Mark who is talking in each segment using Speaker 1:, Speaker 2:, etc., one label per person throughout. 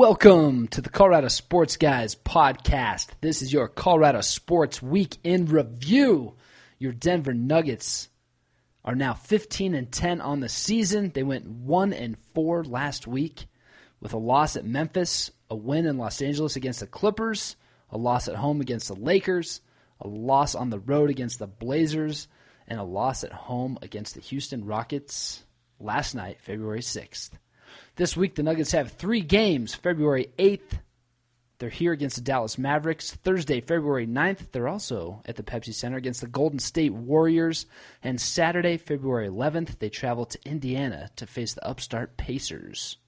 Speaker 1: Welcome to the Colorado Sports Guys podcast. This is your Colorado Sports Week in Review. Your Denver Nuggets are now 15 and 10 on the season. They went 1 and 4 last week with a loss at Memphis, a win in Los Angeles against the Clippers, a loss at home against the Lakers, a loss on the road against the Blazers, and a loss at home against the Houston Rockets last night, February 6th. This week, the Nuggets have three games February 8th. They're here against the Dallas Mavericks. Thursday, February 9th, they're also at the Pepsi Center against the Golden State Warriors. And Saturday, February 11th, they travel to Indiana to face the upstart Pacers.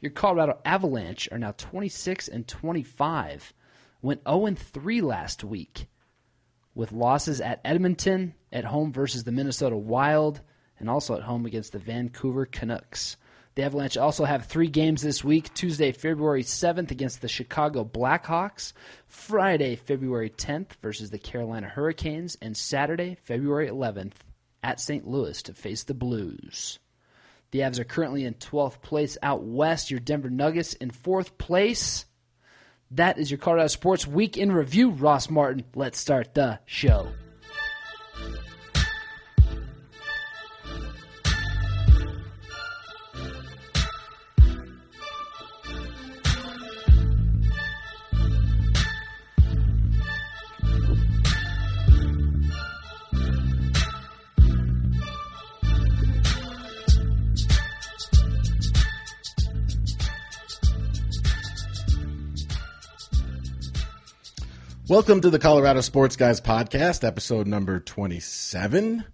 Speaker 1: Your Colorado Avalanche are now 26 and 25, went 0 and 3 last week with losses at Edmonton, at home versus the Minnesota Wild, and also at home against the Vancouver Canucks. The Avalanche also have three games this week Tuesday, February 7th against the Chicago Blackhawks, Friday, February 10th versus the Carolina Hurricanes, and Saturday, February 11th at St. Louis to face the Blues. The Avs are currently in 12th place out west, your Denver Nuggets in 4th place. That is your Colorado Sports Week in Review, Ross Martin. Let's start the show.
Speaker 2: Welcome to the Colorado Sports Guys podcast, episode number 27.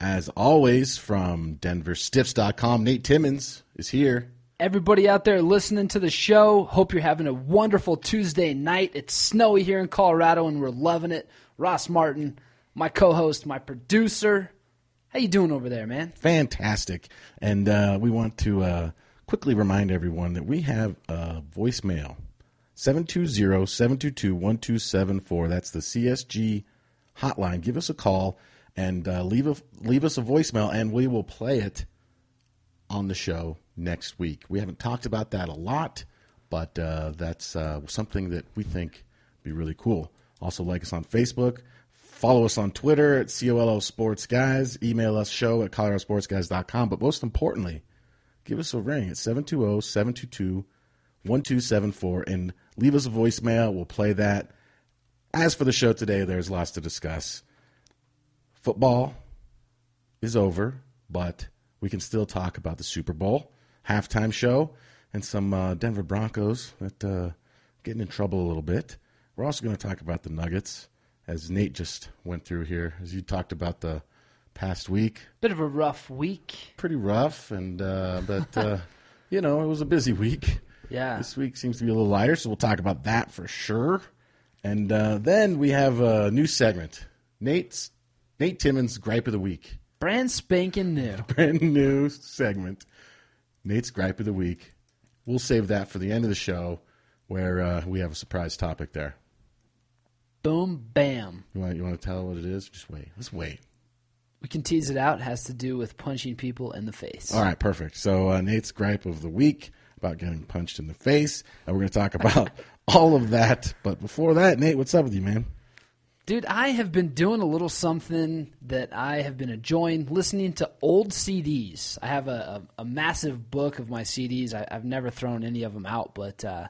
Speaker 2: As always, from denverstiffs.com, Nate Timmons is here.
Speaker 1: Everybody out there listening to the show, hope you're having a wonderful Tuesday night. It's snowy here in Colorado and we're loving it. Ross Martin, my co-host, my producer. How you doing over there, man?
Speaker 2: Fantastic. And uh, we want to uh, quickly remind everyone that we have a voicemail 720-722-1274. That's the CSG hotline. Give us a call and uh, leave a, leave us a voicemail, and we will play it on the show next week. We haven't talked about that a lot, but uh, that's uh, something that we think would be really cool. Also, like us on Facebook. Follow us on Twitter at COLO Sports Guys. Email us show at coloradosportsguys.com. But most importantly, give us a ring at oh, 720 722 1274 and leave us a voicemail. We'll play that. As for the show today, there's lots to discuss. Football is over, but we can still talk about the Super Bowl, halftime show, and some uh, Denver Broncos that uh, getting in trouble a little bit. We're also going to talk about the Nuggets, as Nate just went through here, as you talked about the past week.
Speaker 1: Bit of a rough week.
Speaker 2: Pretty rough, and uh, but uh, you know it was a busy week.
Speaker 1: Yeah.
Speaker 2: This week seems to be a little lighter, so we'll talk about that for sure. And uh, then we have a new segment. Nate's Nate Timmons gripe of the week.
Speaker 1: Brand spanking new.
Speaker 2: Brand new segment. Nate's gripe of the week. We'll save that for the end of the show, where uh, we have a surprise topic there.
Speaker 1: Boom, bam.
Speaker 2: You want you want to tell what it is? Just wait. Let's wait.
Speaker 1: We can tease it out. It has to do with punching people in the face.
Speaker 2: All right, perfect. So uh, Nate's gripe of the week about getting punched in the face, and we're going to talk about all of that. But before that, Nate, what's up with you, man?
Speaker 1: Dude, I have been doing a little something that I have been enjoying listening to old CDs. I have a, a, a massive book of my CDs. I, I've never thrown any of them out, but uh,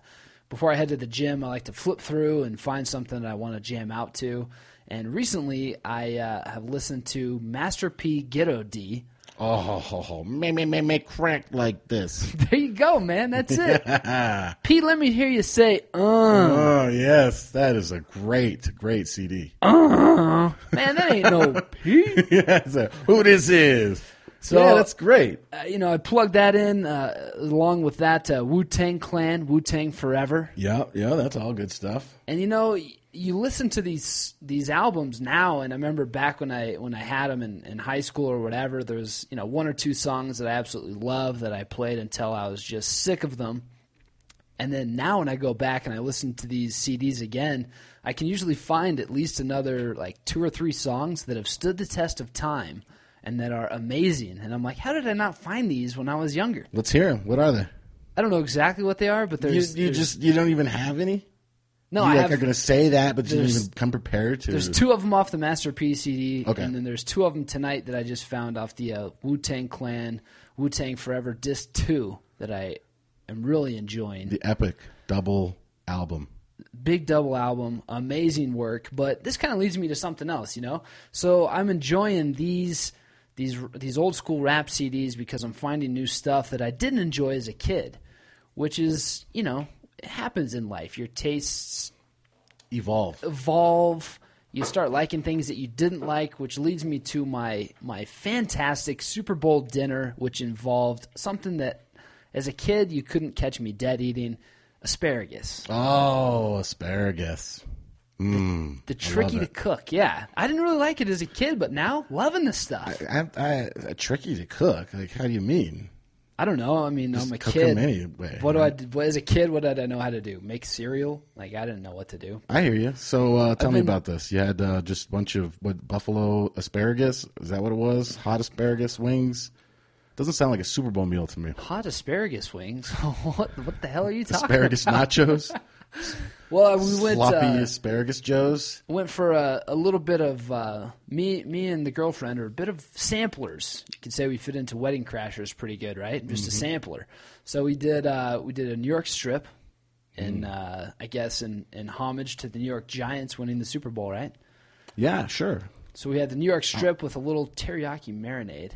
Speaker 1: before I head to the gym, I like to flip through and find something that I want to jam out to. And recently, I uh, have listened to Master P Ghetto D.
Speaker 2: Oh, ho, ho, ho. me me me me crack like this.
Speaker 1: There you go, man. That's it. P, let me hear you say, uh.
Speaker 2: oh yes, that is a great, great CD.
Speaker 1: Man, that ain't no P.
Speaker 2: That's a- who this is? So yeah, that's great.
Speaker 1: uh, you know, I plugged that in uh, along with that uh, Wu Tang Clan, Wu Tang Forever,
Speaker 2: Yeah, yeah, that's all good stuff.
Speaker 1: and you know, y- you listen to these these albums now, and I remember back when I when I had them in, in high school or whatever. There was you know one or two songs that I absolutely love that I played until I was just sick of them. And then now, when I go back and I listen to these CDs again, I can usually find at least another like two or three songs that have stood the test of time and that are amazing. And I'm like, how did I not find these when I was younger?
Speaker 2: Let's hear 'em. What are they?
Speaker 1: I don't know exactly what they are, but
Speaker 2: You,
Speaker 1: there's
Speaker 2: you
Speaker 1: there's-
Speaker 2: just you don't even have any.
Speaker 1: no.
Speaker 2: you
Speaker 1: I
Speaker 2: like
Speaker 1: have,
Speaker 2: are gonna say that, but you didn't
Speaker 1: there's-
Speaker 2: even come prepared to.
Speaker 1: There's two of them off the Master P CD,
Speaker 2: Okay.
Speaker 1: and then there's two of them tonight that I just found off the uh, Wu Tang Clan Wu Tang Forever Disc Two that I am really enjoying.
Speaker 2: the epic double album.
Speaker 1: Big double album, amazing work. But this kind of leads me to something else, you know. So I'm enjoying these these these old school rap CDs because I'm finding new stuff that I didn't enjoy as a kid, which is you know it happens in life. Your tastes
Speaker 2: Evolve.
Speaker 1: evolve. You start liking things that you didn't like, which leads me to my my fantastic Super Bowl dinner, which involved something that, as a kid, you couldn't catch me dead eating asparagus.
Speaker 2: Oh, asparagus. Mm.
Speaker 1: The tricky to
Speaker 2: it.
Speaker 1: cook, yeah. I didn't really like it as a kid, but now loving the stuff. I,
Speaker 2: I, I, tricky to cook. Like, how do you mean?
Speaker 1: don't know. I mean, I'm a
Speaker 2: cook
Speaker 1: kid.
Speaker 2: them anyway,
Speaker 1: what do I? do- As a kid, what did I know how to do? Make cereal? Like I didn't know what to do.
Speaker 2: I hear you. So uh, tell me
Speaker 1: been-
Speaker 2: about this. You had uh, just a bunch of what buffalo asparagus. Is that what it was? Hot asparagus wings. Doesn't sound like a Super Bowl meal to me.
Speaker 1: Hot asparagus wings. what? What the hell are you talking?
Speaker 2: Asparagus nachos,
Speaker 1: Well, we went
Speaker 2: sloppy
Speaker 1: uh,
Speaker 2: asparagus joes.
Speaker 1: went for a, a little bit of uh, me me and the girlfriend are a bit of samplers you can say we fit into wedding crashers pretty good right just
Speaker 2: Mm-hmm.
Speaker 1: a sampler so we did uh, we did a new york strip in
Speaker 2: Mm.
Speaker 1: uh, i guess in, in homage to the new york giants winning the super bowl right
Speaker 2: Yeah, sure.
Speaker 1: so we had the new york strip with a little teriyaki marinade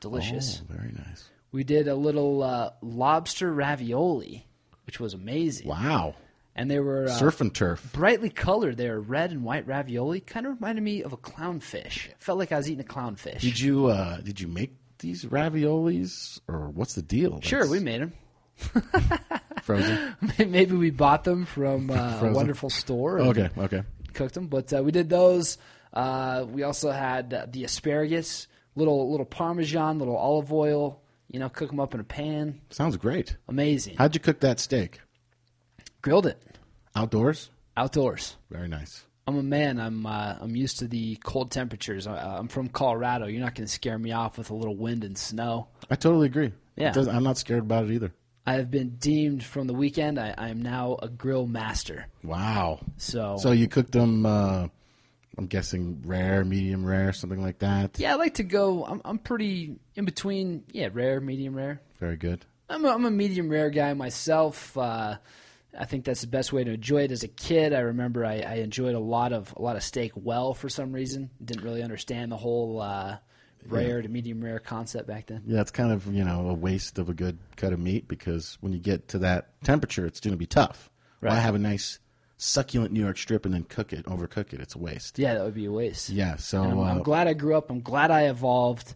Speaker 1: delicious
Speaker 2: Oh, very nice.
Speaker 1: we did a little uh, lobster ravioli which was amazing
Speaker 2: Wow.
Speaker 1: and they were uh,
Speaker 2: Surf and turf.
Speaker 1: brightly colored. They are red and white ravioli. Kind of reminded me of a clownfish. Felt like I was eating a clownfish.
Speaker 2: Did you uh, did you make these raviolis or what's the deal?
Speaker 1: sure,
Speaker 2: That's
Speaker 1: we made them.
Speaker 2: frozen.
Speaker 1: Maybe we bought them from uh, a
Speaker 2: Frozen.
Speaker 1: wonderful store. and
Speaker 2: okay, okay.
Speaker 1: cooked them. But uh, we did those. Uh, we also had uh, the asparagus, little little parmesan, little olive oil. You know, cook them up in a pan.
Speaker 2: Sounds great.
Speaker 1: Amazing.
Speaker 2: How'd you cook that steak?
Speaker 1: Grilled it
Speaker 2: Outdoors.
Speaker 1: outdoors.
Speaker 2: Very nice.
Speaker 1: I'm a man. I'm uh, I'm used to the cold temperatures. Uh, I'm from Colorado. You're not going to scare me off with a little wind and snow.
Speaker 2: I totally agree.
Speaker 1: Yeah.
Speaker 2: It doesn't- I'm not scared about it either.
Speaker 1: I have been deemed from the weekend. I, I am now a grill master.
Speaker 2: Wow.
Speaker 1: So,
Speaker 2: So you cooked them, uh, I'm guessing rare, medium rare, something like that.
Speaker 1: yeah, I like to go. I'm, I'm pretty in between. Yeah, rare, medium rare.
Speaker 2: Very good.
Speaker 1: I'm a, I'm a medium rare guy myself. Uh, I think that's the best way to enjoy it. As a kid, I remember I, I enjoyed a lot of a lot of steak well for some reason. Didn't really understand the whole uh, rare to medium rare concept back then.
Speaker 2: Yeah, it's kind of, you know, a waste of a good cut of meat because when you get to that temperature, it's going to be tough. Right. Why have a nice succulent New York strip and then cook it, overcook it? It's a waste.
Speaker 1: Yeah, that would be a waste.
Speaker 2: Yeah, so
Speaker 1: And I'm, I'm
Speaker 2: uh,
Speaker 1: glad I grew up. I'm glad I evolved.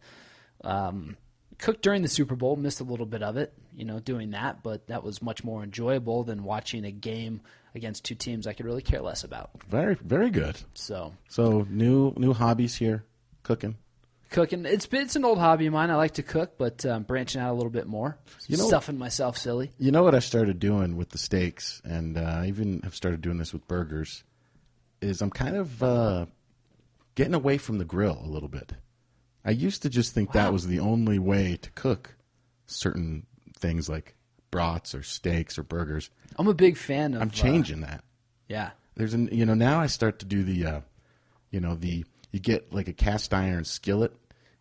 Speaker 1: Um, cooked during the Super Bowl, missed a little bit of it, you know, doing that, but that was much more enjoyable than watching a game against two teams I could really care less about.
Speaker 2: very, very good.
Speaker 1: So,
Speaker 2: So new, new hobbies here, cooking.
Speaker 1: cooking, it's been- it's an old hobby of mine. I like to cook, but um, branching out a little bit more,
Speaker 2: know-
Speaker 1: stuffing myself silly.
Speaker 2: You know what I started doing with the steaks, and uh, I even have started doing this with burgers, is I'm kind of uh, getting away from the grill a little bit. I used to just think that was the only way to cook certain things like brats or steaks or burgers.
Speaker 1: I'm a big fan of
Speaker 2: I'm
Speaker 1: uh,
Speaker 2: changing that.
Speaker 1: yeah,
Speaker 2: There's an you know now I start to do the, uh, you know the you get like a cast iron skillet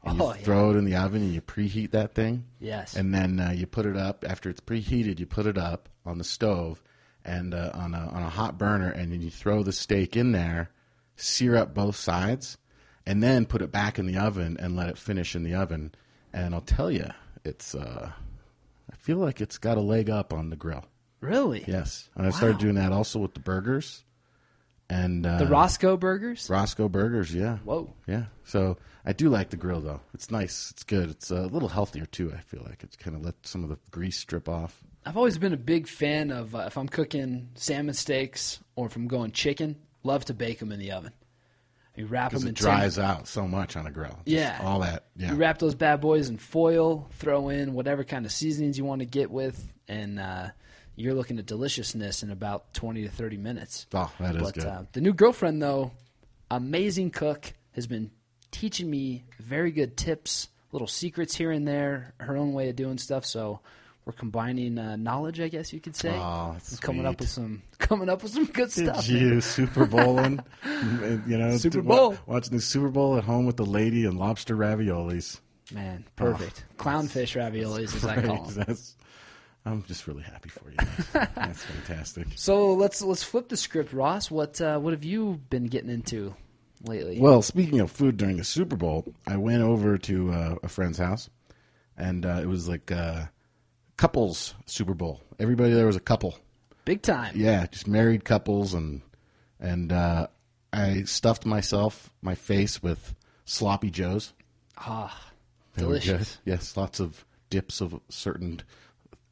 Speaker 2: and
Speaker 1: Oh,
Speaker 2: you
Speaker 1: yeah.
Speaker 2: throw it in the oven and you preheat that thing.
Speaker 1: Yes.
Speaker 2: And then uh, you put it up after it's preheated. You put it up on the stove and uh, on a on a hot burner, and then you throw the steak in there, sear up both sides, and then put it back in the oven and let it finish in the oven. And I'll tell you, it's uh, I feel like it's got a leg up on the grill.
Speaker 1: really
Speaker 2: Yes, and I started
Speaker 1: Wow.
Speaker 2: doing that also with the burgers, and uh,
Speaker 1: the Roscoe burgers.
Speaker 2: Roscoe burgers. Yeah,
Speaker 1: Whoa,
Speaker 2: yeah. So I do like the grill though. It's nice. It's good. It's a little healthier too. I feel like it's kind of let some of the grease strip off.
Speaker 1: I've always been a big fan of uh, if I'm cooking salmon steaks or if I'm going chicken, love to bake them in the oven. You wrap them
Speaker 2: It
Speaker 1: in
Speaker 2: dries out so much on a grill. Just
Speaker 1: Yeah.
Speaker 2: all that.
Speaker 1: tin-
Speaker 2: Yeah,
Speaker 1: You wrap those bad boys in foil, throw in whatever kind of seasonings you want to get with, and uh, you're looking at deliciousness in about 20 to 30 minutes.
Speaker 2: oh, that is
Speaker 1: But
Speaker 2: good.
Speaker 1: uh, the new girlfriend, though, amazing cook, has been teaching me very good tips, little secrets here and there, her own way of doing stuff. So We're combining uh, knowledge, I guess you could say.
Speaker 2: Aw,
Speaker 1: and coming up
Speaker 2: Oh, sweet.
Speaker 1: with some coming up with some good
Speaker 2: Did
Speaker 1: stuff.
Speaker 2: you Super Bowling? you know,
Speaker 1: Super
Speaker 2: d- wa-
Speaker 1: Bowl.
Speaker 2: watching the Super Bowl at home with the lady and lobster raviolis.
Speaker 1: Man, perfect. Clownfish raviolis, as I call them.
Speaker 2: That's- I'm just really happy for you. Max. That's fantastic.
Speaker 1: So let's let's flip the script, Ross. What uh, what have you been getting into lately?
Speaker 2: Well, speaking of food during the Super Bowl, I went over to uh, a friend's house, and uh, it was like uh, couples Super Bowl. Everybody there was a couple.
Speaker 1: Big time.
Speaker 2: Yeah, just married couples, and and uh, I stuffed myself my face with sloppy joes.
Speaker 1: Ah,
Speaker 2: They were
Speaker 1: delicious.
Speaker 2: good. Yes, lots of dips of certain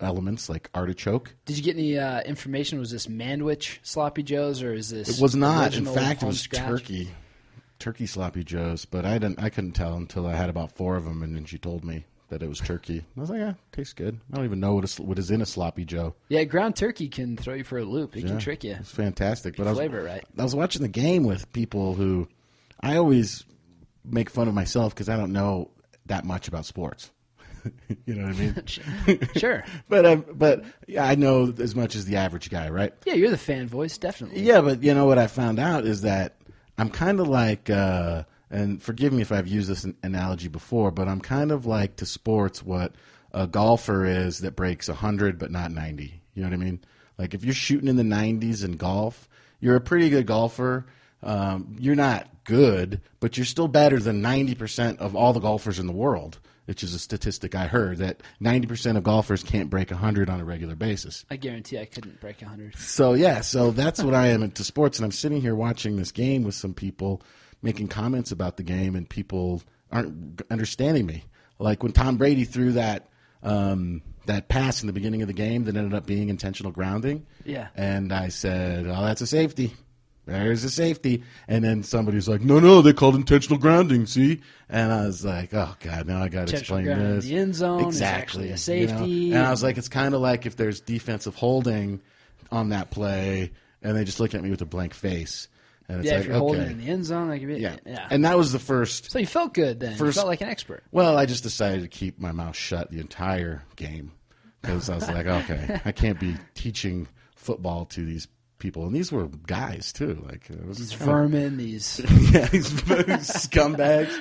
Speaker 2: elements like artichoke.
Speaker 1: Did you get any uh, information? Was this Manwich sloppy joes, or is this?
Speaker 2: It was not.
Speaker 1: original
Speaker 2: In fact, it
Speaker 1: home
Speaker 2: was
Speaker 1: scratch?
Speaker 2: turkey, turkey sloppy joes. But I didn't. I couldn't tell until I had about four of them, and then she told me that it was turkey. I was like, yeah, tastes good. I don't even know what is, what is in a sloppy joe.
Speaker 1: Yeah, ground turkey can throw you for a loop. It can
Speaker 2: Yeah,
Speaker 1: trick you.
Speaker 2: It's fantastic. But I was,
Speaker 1: Flavor it right.
Speaker 2: I was watching the game with people who I always make fun of myself because I don't know that much about sports. you know what I mean?
Speaker 1: sure.
Speaker 2: but um, but I know as much as the average guy, right?
Speaker 1: Yeah, you're the fan voice, definitely.
Speaker 2: Yeah, but you know what I found out is that I'm kind of like, uh, and forgive me if I've used this an- analogy before, but I'm kind of like to sports what a golfer is that breaks 100 but not 90. You know what I mean? Like if you're shooting in the 90s in golf, you're a pretty good golfer. Um, you're not good, but you're still better than 90% of all the golfers in the world, which is a statistic I heard that 90% of golfers can't break 100 on a regular basis.
Speaker 1: I guarantee I couldn't break hundred.
Speaker 2: So yeah, so that's what I am into sports, and I'm sitting here watching this game with some people making comments about the game, and people aren't g- understanding me. Like when Tom Brady threw that um, that pass in the beginning of the game that ended up being intentional grounding.
Speaker 1: Yeah.
Speaker 2: and I said, "Oh, that's a safety." There's a safety, and then somebody's like, "No, no, they called intentional grounding." See, and I was like, "Oh God, now I got to
Speaker 1: Intentional
Speaker 2: explain
Speaker 1: grounding in
Speaker 2: this."
Speaker 1: the end zone is
Speaker 2: exactly
Speaker 1: actually a
Speaker 2: you know?
Speaker 1: safety.
Speaker 2: And I was like, it's kind of like if there's defensive holding on that play, and they just look at me with a blank face, and it's
Speaker 1: Yeah,
Speaker 2: like,
Speaker 1: if you're
Speaker 2: okay,
Speaker 1: holding it in the end zone, that could be.
Speaker 2: yeah.
Speaker 1: Yeah.
Speaker 2: And that was the first.
Speaker 1: so you felt good then. you
Speaker 2: First-
Speaker 1: felt like an expert.
Speaker 2: Well, I just decided to keep my mouth shut the entire game because I was like, okay, I can't be teaching football to these people, and these were guys too. Like it was
Speaker 1: These
Speaker 2: kinda-
Speaker 1: vermin, these.
Speaker 2: yeah, these scumbags.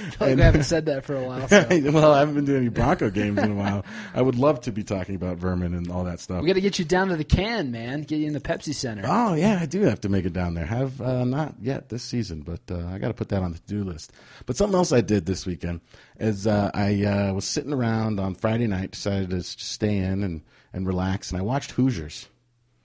Speaker 1: I
Speaker 2: And-
Speaker 1: haven't said that for a while. So.
Speaker 2: well, I haven't been doing any Bronco games in a while. I would love to be talking about vermin and all that stuff.
Speaker 1: We got to get you down to the can, man. Get you in the Pepsi Center.
Speaker 2: Oh yeah, I do have to make it down there. Have uh, not yet this season, but uh, I got to put that on the to-do list. But something else I did this weekend is uh, I uh, was sitting around on Friday night, decided to s- stay in and, and relax, and I watched Hoosiers.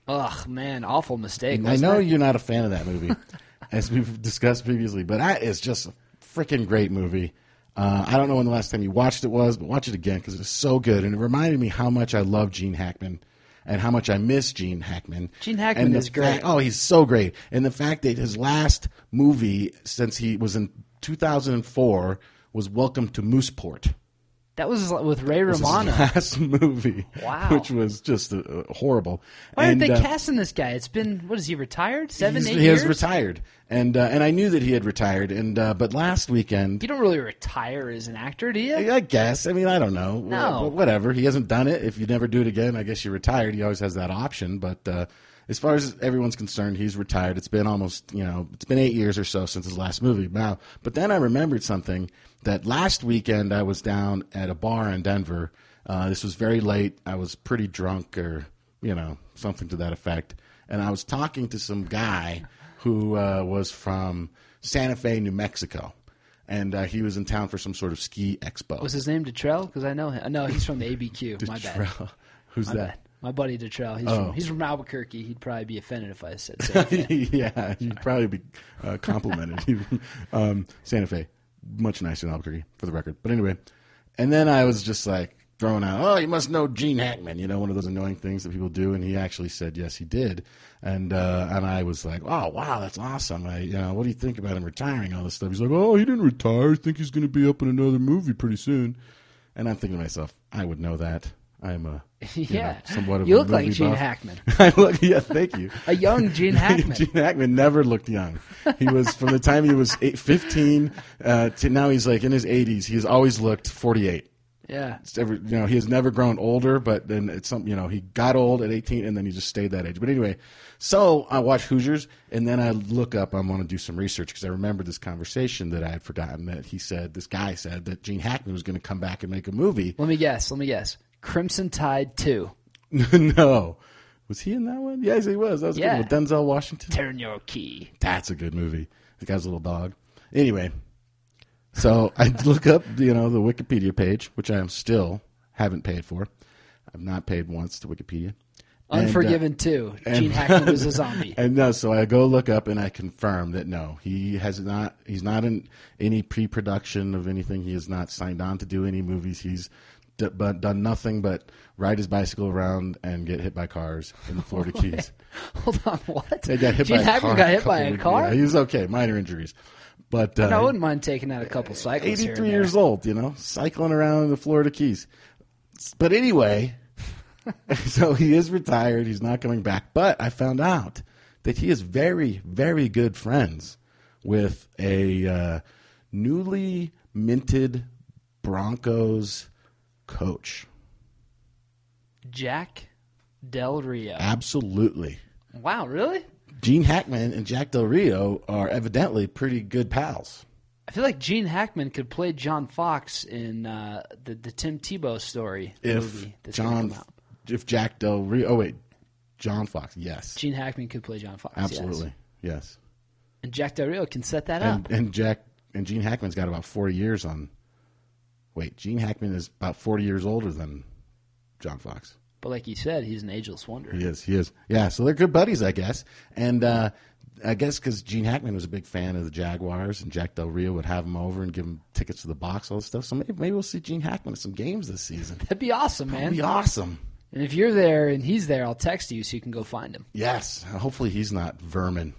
Speaker 1: Ugh, man, awful mistake.
Speaker 2: And I
Speaker 1: wasn't
Speaker 2: know
Speaker 1: it?
Speaker 2: you're not a fan of that movie, as we've discussed previously, but that is just a freaking great movie. Uh, I don't know when the last time you watched it was, but watch it again because it is so good, and it reminded me how much I love Gene Hackman and how much I miss Gene Hackman.
Speaker 1: Gene Hackman
Speaker 2: And the
Speaker 1: is great.
Speaker 2: fact- oh, he's so great, and the fact that his last movie since he was in 2004 was Welcome to Mooseport.
Speaker 1: That was with Ray
Speaker 2: This is his
Speaker 1: Romano.
Speaker 2: last movie,
Speaker 1: Wow.
Speaker 2: which was just uh, horrible.
Speaker 1: Why aren't
Speaker 2: And,
Speaker 1: they
Speaker 2: uh,
Speaker 1: casting this guy? It's been what is he retired? Seven,
Speaker 2: He's-
Speaker 1: eight
Speaker 2: he
Speaker 1: years.
Speaker 2: has retired, and uh, and I knew that he had retired, and uh, but last weekend,
Speaker 1: you don't really retire as an actor, do you?
Speaker 2: I I guess. I mean, I don't know.
Speaker 1: No.
Speaker 2: But whatever. He hasn't done it. If you never do it again, I guess you're retired. He always has that option. But uh, as far as everyone's concerned, he's retired. It's been almost, you know, it's been eight years or so since his last movie. Now, but then I remembered something that last weekend I was down at a bar in Denver. Uh, this was very late. I was pretty drunk, or you know, something to that effect. And I was talking to some guy who uh, was from Santa Fe, New Mexico. And uh, he was in town for some sort of ski expo.
Speaker 1: Was his name Detrell? Because I know him. No, he's from the ABQ. My bad.
Speaker 2: Terrell. Who's
Speaker 1: My bad.
Speaker 2: that?
Speaker 1: My buddy Detrell. He's
Speaker 2: Oh.
Speaker 1: from he's from Albuquerque. He'd probably be offended if I said. so.
Speaker 2: yeah, you'd probably be uh, complimented. um, Santa Fe, much nicer than Albuquerque, for the record. But anyway, and then I was just like throwing out, "Oh, you must know Gene Hackman," you know, one of those annoying things that people do. And he actually said, "Yes, he did." And uh, and I was like, "Oh, wow, that's awesome!" I, you know, what do you think about him retiring? All this stuff. He's like, "Oh, he didn't retire. I think he's going to be up in another movie pretty soon." And I'm thinking to myself, I would know that. I'm a you know,
Speaker 1: yeah,
Speaker 2: somewhat of
Speaker 1: you
Speaker 2: a
Speaker 1: look like
Speaker 2: movie
Speaker 1: Gene
Speaker 2: buff.
Speaker 1: Hackman,
Speaker 2: I look, yeah, thank you.
Speaker 1: a young Gene Hackman.
Speaker 2: Gene Hackman never looked young. He was from the time he was eight, 15 uh, to now he's like in his 80s. He's always looked 48.
Speaker 1: Yeah.
Speaker 2: It's ever, you know, he has never grown older, but then it's some, you know, he got old at 18 and then he just stayed that age. But anyway, so I watch Hoosiers and then I look up, I want to do some research because I remember this conversation that I had forgotten that he said, this guy said that Gene Hackman was going to come back and make a movie.
Speaker 1: Let me guess. Let me guess. Crimson Tide 2.
Speaker 2: no. Was he in that one? Yes, he was. That was
Speaker 1: Yeah.
Speaker 2: good. With Denzel Washington.
Speaker 1: Turn your key.
Speaker 2: That's a good movie. The guy's a little dog. Anyway, so I look up, you know, the Wikipedia page, which I am still haven't paid for. I've not paid once to Wikipedia. And, uh,
Speaker 1: Unforgiven 2. Gene Hackman was a zombie.
Speaker 2: And no, so I go look up and I confirm that no, he has not. He's not in any pre-production of anything. He has not signed on to do any movies. He's d- but done nothing but ride his bicycle around and get hit by cars in the Florida Keys.
Speaker 1: Hold on, what?
Speaker 2: They got hit
Speaker 1: Gene
Speaker 2: by a
Speaker 1: Hackman
Speaker 2: car.
Speaker 1: got
Speaker 2: a
Speaker 1: hit by
Speaker 2: couple
Speaker 1: a
Speaker 2: of-
Speaker 1: car?
Speaker 2: Yeah, he was okay, minor injuries, but uh,
Speaker 1: I wouldn't mind taking out a couple cycles here and there.
Speaker 2: 83 Uh, years old, you know, cycling around the Florida Keys. But anyway, so he is retired. He's not coming back. But I found out that he is very, very good friends with a uh, newly minted Broncos coach.
Speaker 1: Jack Del Rio.
Speaker 2: Absolutely.
Speaker 1: Wow, really?
Speaker 2: Gene Hackman and Jack Del Rio are evidently pretty good pals.
Speaker 1: I feel like Gene Hackman could play John Fox in uh, the the Tim Tebow story
Speaker 2: If
Speaker 1: movie that's gonna
Speaker 2: John,
Speaker 1: come out.
Speaker 2: if Jack Del Rio, oh wait, John Fox, yes,
Speaker 1: Gene Hackman could play John Fox. yes.
Speaker 2: absolutely, yes.
Speaker 1: And Jack Del Rio can set that
Speaker 2: and,
Speaker 1: up.
Speaker 2: and Jack and Gene Hackman's got about forty years on. Wait, Gene Hackman is about forty years older than John Fox.
Speaker 1: But like you said, he's an ageless wonder.
Speaker 2: He is. He is. Yeah. So they're good buddies, I guess. And uh, I guess because Gene Hackman was a big fan of the Jaguars, and Jack Del Rio would have him over and give him tickets to the box, all this stuff. So maybe, maybe we'll see Gene Hackman at some games this season.
Speaker 1: That'd be awesome, man.
Speaker 2: That'd be awesome.
Speaker 1: and if you're there and he's there, I'll text you so you can go find him.
Speaker 2: Yes. Hopefully he's not vermin.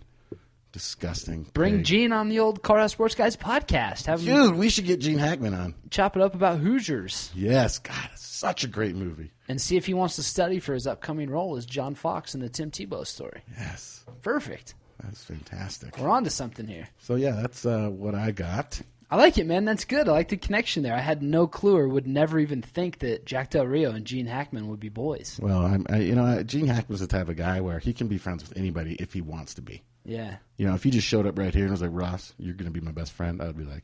Speaker 2: Disgusting.
Speaker 1: Bring
Speaker 2: pig.
Speaker 1: Gene on the old Colorado Sports Guys podcast. Have him
Speaker 2: Dude, we should get Gene Hackman on.
Speaker 1: chop it up about Hoosiers
Speaker 2: Yes. God, it's such a great movie.
Speaker 1: and see if he wants to study for his upcoming role as John Fox in the Tim Tebow story.
Speaker 2: Yes.
Speaker 1: Perfect.
Speaker 2: That's fantastic.
Speaker 1: We're on to something here.
Speaker 2: So yeah, that's uh, what I got.
Speaker 1: I like it, man. That's good. I like the connection there. I had no clue or would never even think that Jack Del Rio and Gene Hackman would be boys.
Speaker 2: Well, I'm, I, you know, Gene Hackman's the type of guy where he can be friends with anybody if he wants to be.
Speaker 1: Yeah.
Speaker 2: You know, if he just showed up right here and was like, "Ross, you're going to be my best friend," I'd be like,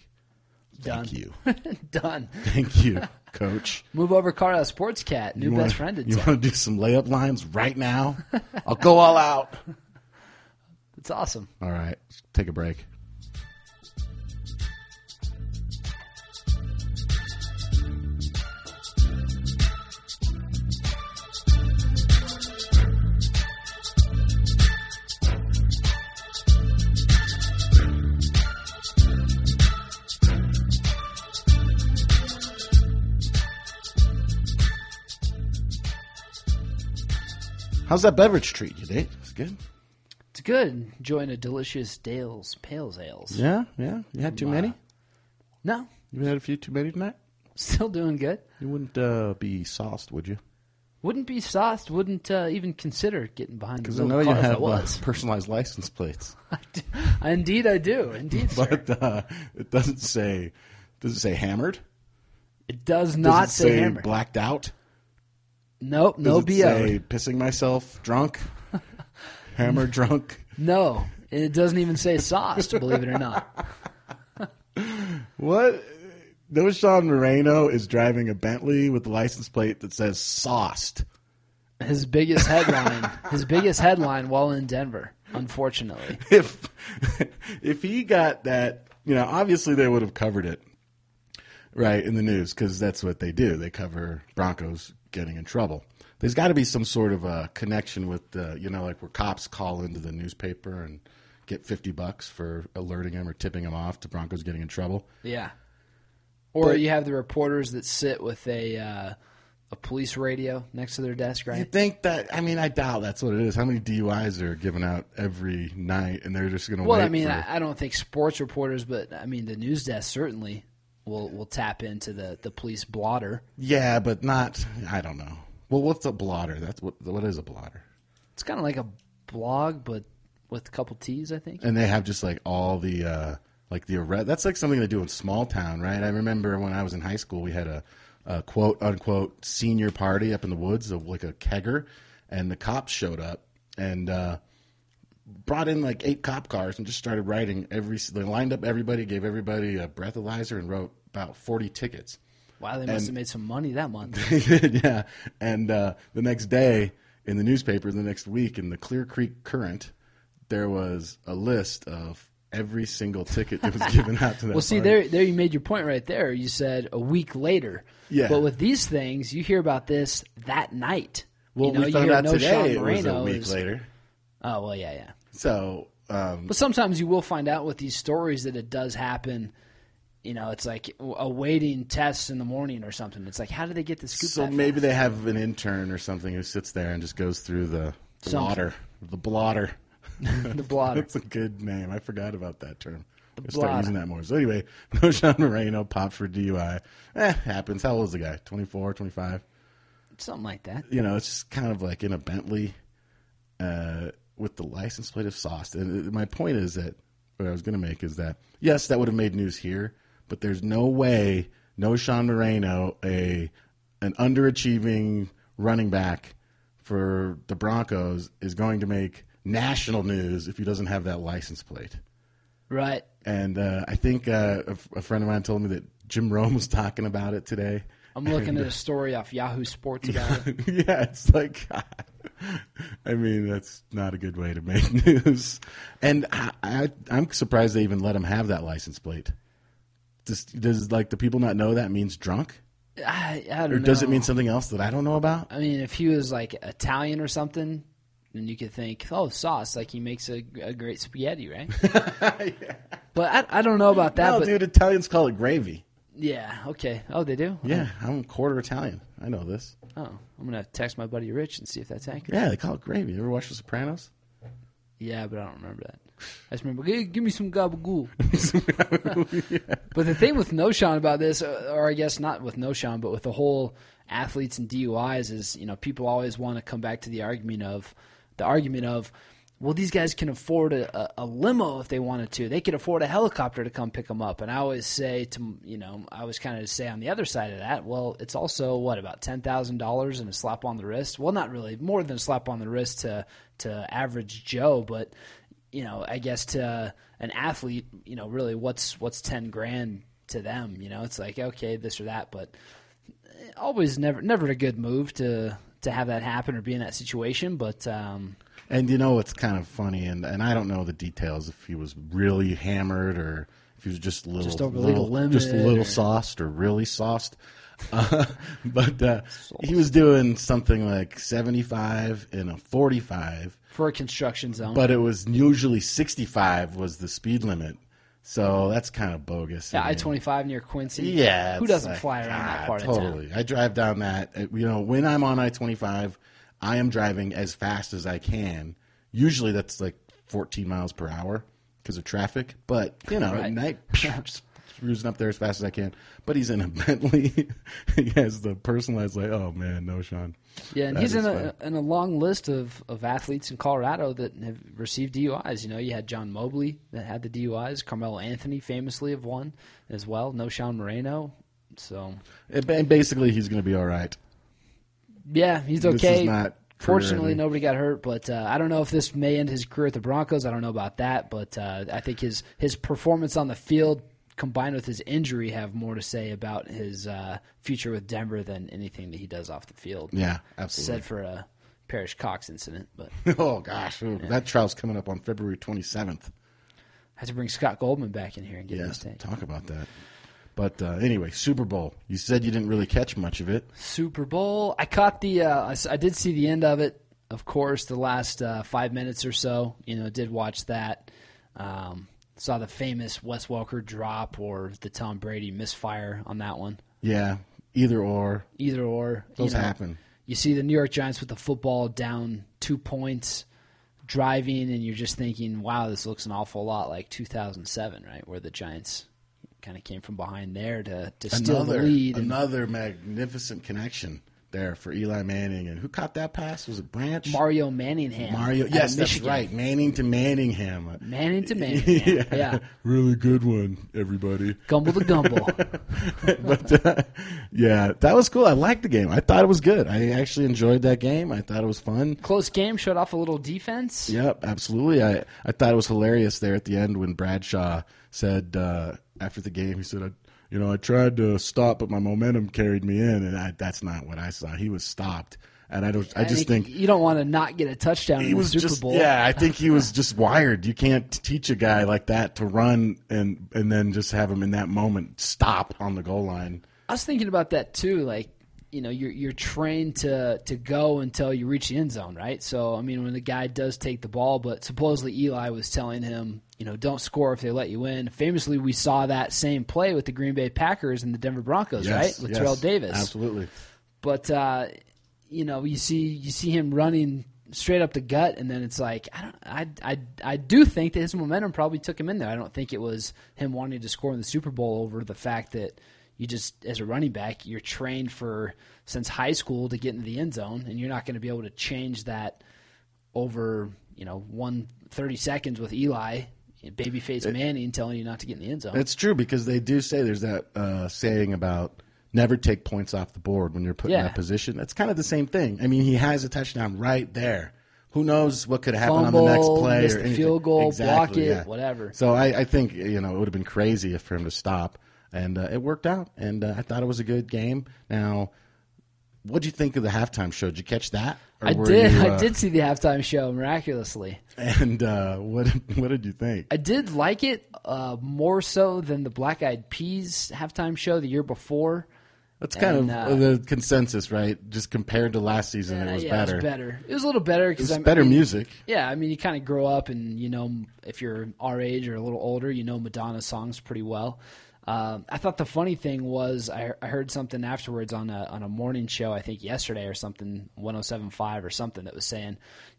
Speaker 1: Done.
Speaker 2: "Thank you,
Speaker 1: Done.
Speaker 2: thank you, Coach."
Speaker 1: Move over Carlisle Sports Cat, new
Speaker 2: You
Speaker 1: best
Speaker 2: wanna-
Speaker 1: friend in
Speaker 2: You
Speaker 1: town.
Speaker 2: want to do some layup lines right now? I'll go all out.
Speaker 1: It's awesome.
Speaker 2: All right, let's take a break. How's that beverage treat you, Dave? It's good.
Speaker 1: It's good. Enjoying a delicious Dale's Pales Ales.
Speaker 2: Yeah, yeah. You had too many.
Speaker 1: No,
Speaker 2: You had a few too many tonight.
Speaker 1: still doing good.
Speaker 2: You wouldn't uh, be sauced, would you?
Speaker 1: Wouldn't be sauced. Wouldn't uh, even consider getting behind the
Speaker 2: Because I
Speaker 1: wheel
Speaker 2: know
Speaker 1: of
Speaker 2: you
Speaker 1: cars
Speaker 2: have
Speaker 1: I was.
Speaker 2: Uh, personalized license plates,
Speaker 1: I do- Indeed, I do. Indeed, sir.
Speaker 2: but uh, it doesn't say does it say hammered?
Speaker 1: It does
Speaker 2: Does
Speaker 1: not
Speaker 2: it
Speaker 1: say hammer.
Speaker 2: blacked out?
Speaker 1: nope,
Speaker 2: Does
Speaker 1: no
Speaker 2: it
Speaker 1: BO.
Speaker 2: say pissing myself drunk? Hammered drunk.
Speaker 1: No, and it doesn't even say sauced, believe it or not.
Speaker 2: What? No, Sean Moreno is driving a Bentley with a license plate that says sauced.
Speaker 1: His biggest headline, his biggest headline while in Denver, unfortunately.
Speaker 2: if if he got that, you know, obviously they would have covered it, right, in the news because that's what they do. They cover Broncos getting in trouble. There's got to be some sort of a connection with, uh, you know, like where cops call into the newspaper and get fifty bucks for alerting them or tipping them off to Broncos getting in trouble.
Speaker 1: Yeah. Or
Speaker 2: But-
Speaker 1: you have the reporters that sit with a uh, a police radio next to their desk,
Speaker 2: You
Speaker 1: right?
Speaker 2: think that? I mean, I doubt that's what it is. How many DUIs are given out every night, and they're just going to
Speaker 1: Well,
Speaker 2: wait?
Speaker 1: I mean,
Speaker 2: for-
Speaker 1: I, I don't think sports reporters, but I mean, the news desk certainly will will tap into the, the police blotter.
Speaker 2: yeah, but not. I don't know. Well, what's a blotter? That's what. What is a blotter?
Speaker 1: It's kind of like a blog, but with a couple T's, I think.
Speaker 2: and they have just like all the uh like the arrest that's like something they do in small town right i remember when i was in high school we had a a quote unquote senior party up in the woods of like a kegger, and the cops showed up and uh, brought in like eight cop cars and just started writing every. They lined up everybody, gave everybody a breathalyzer, and wrote about forty tickets.
Speaker 1: Wow, they must have made some money that month.
Speaker 2: They did, yeah. And uh, the next day in the newspaper, the next week in the Clear Creek Current, there was a list of every single ticket that was given out to that.
Speaker 1: Well, see,
Speaker 2: party.
Speaker 1: there, there you made your point right there. You said a week later.
Speaker 2: Yeah.
Speaker 1: But with these things, you hear about this that night.
Speaker 2: Well,
Speaker 1: you know,
Speaker 2: we
Speaker 1: you
Speaker 2: found
Speaker 1: hear
Speaker 2: out
Speaker 1: no Sean
Speaker 2: today it was a
Speaker 1: Moreno
Speaker 2: week
Speaker 1: is-
Speaker 2: later.
Speaker 1: Oh well, yeah, yeah.
Speaker 2: So um,
Speaker 1: But sometimes you will find out with these stories that it does happen. You know, it's like awaiting tests in the morning or something. It's like, how did they get the scoop?
Speaker 2: So
Speaker 1: that
Speaker 2: maybe
Speaker 1: fast?
Speaker 2: they have an intern or something who sits there and just goes through the
Speaker 1: Something.
Speaker 2: blotter. The blotter.
Speaker 1: the blotter.
Speaker 2: That's a good name. I forgot about that term. I'm gonna
Speaker 1: blotter.
Speaker 2: start using that more. So anyway, no Sean Moreno popped for DUI. Eh, happens. How old is the guy? 24, 25?
Speaker 1: something like that.
Speaker 2: You know, it's just kind of like in a Bentley uh, with the license plate of sauce. And uh, my point is that what I was going to make is that yes, that would have made news here, but there's no way, no Sean Moreno, a an underachieving running back for the Broncos is going to make national news if he doesn't have that license plate.
Speaker 1: Right.
Speaker 2: And uh, I think uh, a, f- a friend of mine told me that Jim Rome was talking about it today.
Speaker 1: I'm looking at a story off Yahoo Sports about it.
Speaker 2: yeah, it's like, I mean, that's not a good way to make news. And I, I, I'm surprised they even let him have that license plate. Does, does like the people not know that means drunk,
Speaker 1: I, I don't
Speaker 2: or
Speaker 1: know.
Speaker 2: does it mean something else that I don't know about?
Speaker 1: I mean, if he was like Italian or something, then you could think, oh, sauce, like he makes a, a great spaghetti, right? But I, I don't know about that.
Speaker 2: No,
Speaker 1: but
Speaker 2: dude, Italians call it gravy.
Speaker 1: yeah, okay. Oh, they do.
Speaker 2: Yeah, I'm quarter Italian. I know this.
Speaker 1: Oh, I'm gonna text my buddy Rich and see if that's accurate.
Speaker 2: Yeah, they call it gravy. You ever watch The Sopranos?
Speaker 1: Yeah, but I don't remember that. I just remember, "Hey, give me some gabagool. But the thing with Noshan about this, uh, or I guess not with Noshan, but with the whole athletes and DUIs, is you know people always want to come back to the argument of the argument of, well, these guys can afford a, a, a limo if they wanted to. They could afford a helicopter to come pick them up. And I always say to you know I always kind of say on the other side of that, well, it's also what about ten thousand dollars and a slap on the wrist? Well, not really, more than a slap on the wrist to to average Joe, but you know, I guess to an athlete, you know, really what's what's 10 grand to them, you know? It's like okay, this or that, but always never never a good move to to have that happen or be in that situation, but um
Speaker 2: And you know what's kind of funny, and, and I don't know the details if he was really hammered or if he was just little,
Speaker 1: Just over the
Speaker 2: little,
Speaker 1: legal limit
Speaker 2: just a little
Speaker 1: or-
Speaker 2: sauced or really sauced. Uh, but uh, he was doing something like seventy five and a forty five,
Speaker 1: for a construction zone.
Speaker 2: but it was usually sixty five was the speed limit. So that's kind of bogus.
Speaker 1: yeah,
Speaker 2: mean,
Speaker 1: I twenty five near Quincy.
Speaker 2: yeah,
Speaker 1: who
Speaker 2: it's
Speaker 1: doesn't
Speaker 2: like,
Speaker 1: fly around
Speaker 2: ah,
Speaker 1: that part
Speaker 2: totally.
Speaker 1: of town?
Speaker 2: I drive down that. uh, You know, when I'm on I 25, I am driving as fast as I can. Usually that's like 14 miles per hour because of traffic. But, you know,
Speaker 1: Right.
Speaker 2: at night, just cruising up there as fast as I can. But he's in a Bentley. he has the personalized, like, oh man, no, Sean.
Speaker 1: Yeah, and
Speaker 2: That
Speaker 1: he's in
Speaker 2: is
Speaker 1: a, in a long list of, of athletes in Colorado that have received DUIs. You know, you had John Mobley that had the DUIs, Carmelo Anthony famously of one as well, No. Sean Moreno. So
Speaker 2: And ba- basically, he's going to be all right.
Speaker 1: Yeah, he's
Speaker 2: This
Speaker 1: okay.
Speaker 2: is not career
Speaker 1: Fortunately,
Speaker 2: ending.
Speaker 1: nobody got hurt, but uh, I don't know if this may end his career at the Broncos. I don't know about that, but uh, I think his his performance on the field combined with his injury have more to say about his uh, future with Denver than anything that he does off the field.
Speaker 2: Yeah, absolutely.
Speaker 1: Said for a Parrish Cox incident, but
Speaker 2: oh, gosh. ooh, That trial's coming up on February 27th.
Speaker 1: had to bring Scott Goldman back in here and get his
Speaker 2: Yes,
Speaker 1: take.
Speaker 2: talk about that. But uh, anyway, Super Bowl. You said you didn't really catch much of it.
Speaker 1: Super Bowl. I caught the. Uh, I s- I, did see the end of it. Of course, the last uh, five minutes or so. You know, did watch that. Um, saw the famous Wes Welker drop or the Tom Brady misfire on that one.
Speaker 2: Yeah, either or.
Speaker 1: Either or, you
Speaker 2: Those
Speaker 1: know,
Speaker 2: happen.
Speaker 1: You see the New York Giants with the football down two points, driving, and you're just thinking, "Wow, this looks an awful lot like 2007, right? Where the Giants kind of came from behind there to to steal the
Speaker 2: Another
Speaker 1: lead." and-
Speaker 2: another magnificent connection there for Eli Manning. And who caught that pass? Was it Branch?
Speaker 1: Mario Manningham.
Speaker 2: Mario.
Speaker 1: out of
Speaker 2: Yes, that's
Speaker 1: Michigan.
Speaker 2: right. Manning to Manningham.
Speaker 1: Manning to Manningham. yeah.
Speaker 2: Really good one, everybody.
Speaker 1: Gumble to Gumble.
Speaker 2: but uh, yeah, that was cool. I liked the game. I thought it was good. I actually enjoyed that game. I thought it was fun.
Speaker 1: Close game, showed off a little defense.
Speaker 2: Yep, absolutely. I, I thought it was hilarious there at the end when Bradshaw said uh, after the game, he said, I, "You know, I tried to stop, but my momentum carried me in, and I, that's not what I saw. He was stopped, and I don't. I just think."
Speaker 1: you don't want to not get a touchdown
Speaker 2: he
Speaker 1: in the
Speaker 2: was
Speaker 1: Super
Speaker 2: just
Speaker 1: Bowl.
Speaker 2: yeah. I think he was just wired. You can't teach a guy like that to run and and then just have him in that moment stop on the goal line.
Speaker 1: I was thinking about that too. Like, you know, you're you're trained to to go until you reach the end zone, right? So, I mean, when the guy does take the ball, but supposedly Eli was telling him, you know, don't score if they let you in. Famously, we saw that same play with the Green Bay Packers and the Denver Broncos, right? With
Speaker 2: yes,
Speaker 1: Terrell Davis.
Speaker 2: absolutely.
Speaker 1: But uh, you know, you see you see him running straight up the gut, and then it's like I don't, I, I, I do think that his momentum probably took him in there. I don't think it was him wanting to score in the Super Bowl over the fact that you just as a running back you're trained for since high school to get into the end zone, and you're not going to be able to change that over you know one thirty seconds with Eli. Babyface Manning telling you not to get in the end zone.
Speaker 2: It's true because they do say there's that uh, saying about never take points off the board when you're put in
Speaker 1: Yeah.
Speaker 2: that position. That's kind of the same thing. I mean, he has a touchdown right there. Who knows what could happen on the next
Speaker 1: Fumble,
Speaker 2: play
Speaker 1: miss
Speaker 2: or
Speaker 1: the
Speaker 2: anything.
Speaker 1: field goal, block
Speaker 2: Exactly,
Speaker 1: it,
Speaker 2: yeah.
Speaker 1: whatever.
Speaker 2: So I, I think you know it would have been crazy if for him to stop, and uh, it worked out. And uh, I thought it was a good game. Now, what do you think of the halftime show? Did you catch that? Or
Speaker 1: I
Speaker 2: were
Speaker 1: did.
Speaker 2: you,
Speaker 1: I
Speaker 2: uh,
Speaker 1: did see the halftime show miraculously.
Speaker 2: And uh, what what did you think?
Speaker 1: I did like it uh, more so than the Black Eyed Peas halftime show the year before.
Speaker 2: That's kind
Speaker 1: And,
Speaker 2: of
Speaker 1: uh,
Speaker 2: the consensus, right? Just compared to last season, it was
Speaker 1: yeah,
Speaker 2: better.
Speaker 1: it was better. It was a little better
Speaker 2: It's
Speaker 1: because
Speaker 2: better music.
Speaker 1: Yeah, I mean, you kind of grow up, and you know, if you're our age or a little older, you know Madonna songs pretty well. Um, I thought the funny thing was I, I heard something afterwards on a on a morning show, I think yesterday or something, 107.5 or something that was saying,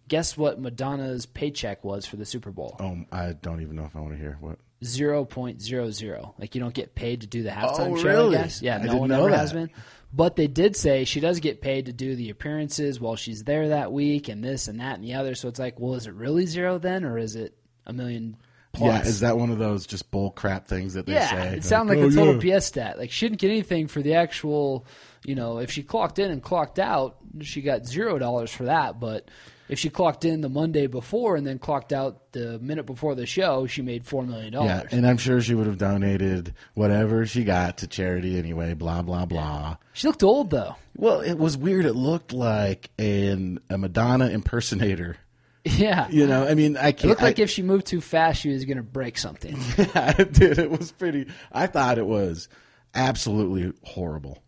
Speaker 1: guess what Madonna's paycheck was for the Super Bowl?
Speaker 2: Oh, I don't even know if I want to hear what.
Speaker 1: zero point zero zero. Like you don't get paid to do the halftime
Speaker 2: Oh,
Speaker 1: show.
Speaker 2: really?
Speaker 1: I guess.
Speaker 2: I
Speaker 1: Yeah, no
Speaker 2: didn't
Speaker 1: one
Speaker 2: know
Speaker 1: ever
Speaker 2: that.
Speaker 1: has been. But they did say she does get paid to do the appearances while she's there that week, and this and that and the other. So it's like, well, is it really zero then, or is it a million plus?
Speaker 2: Yeah, is that one of those just bull crap things that they
Speaker 1: Yeah,
Speaker 2: say?
Speaker 1: it sounds like
Speaker 2: "Oh,
Speaker 1: a total
Speaker 2: yeah."
Speaker 1: BS stat. Like she didn't get anything for the actual. You know, if she clocked in and clocked out, she got zero dollars for that. But if she clocked in the Monday before and then clocked out the minute before the show, she made four million dollars.
Speaker 2: Yeah, and I'm sure she would have donated whatever she got to charity anyway. Blah blah blah.
Speaker 1: She looked old though.
Speaker 2: Well, it was weird. It looked like an a Madonna impersonator.
Speaker 1: Yeah.
Speaker 2: You know, I mean, I
Speaker 1: It
Speaker 2: can't.
Speaker 1: looked like
Speaker 2: I-
Speaker 1: if she moved too fast, she was going to break something.
Speaker 2: yeah, it did. It was pretty. I thought it was absolutely horrible.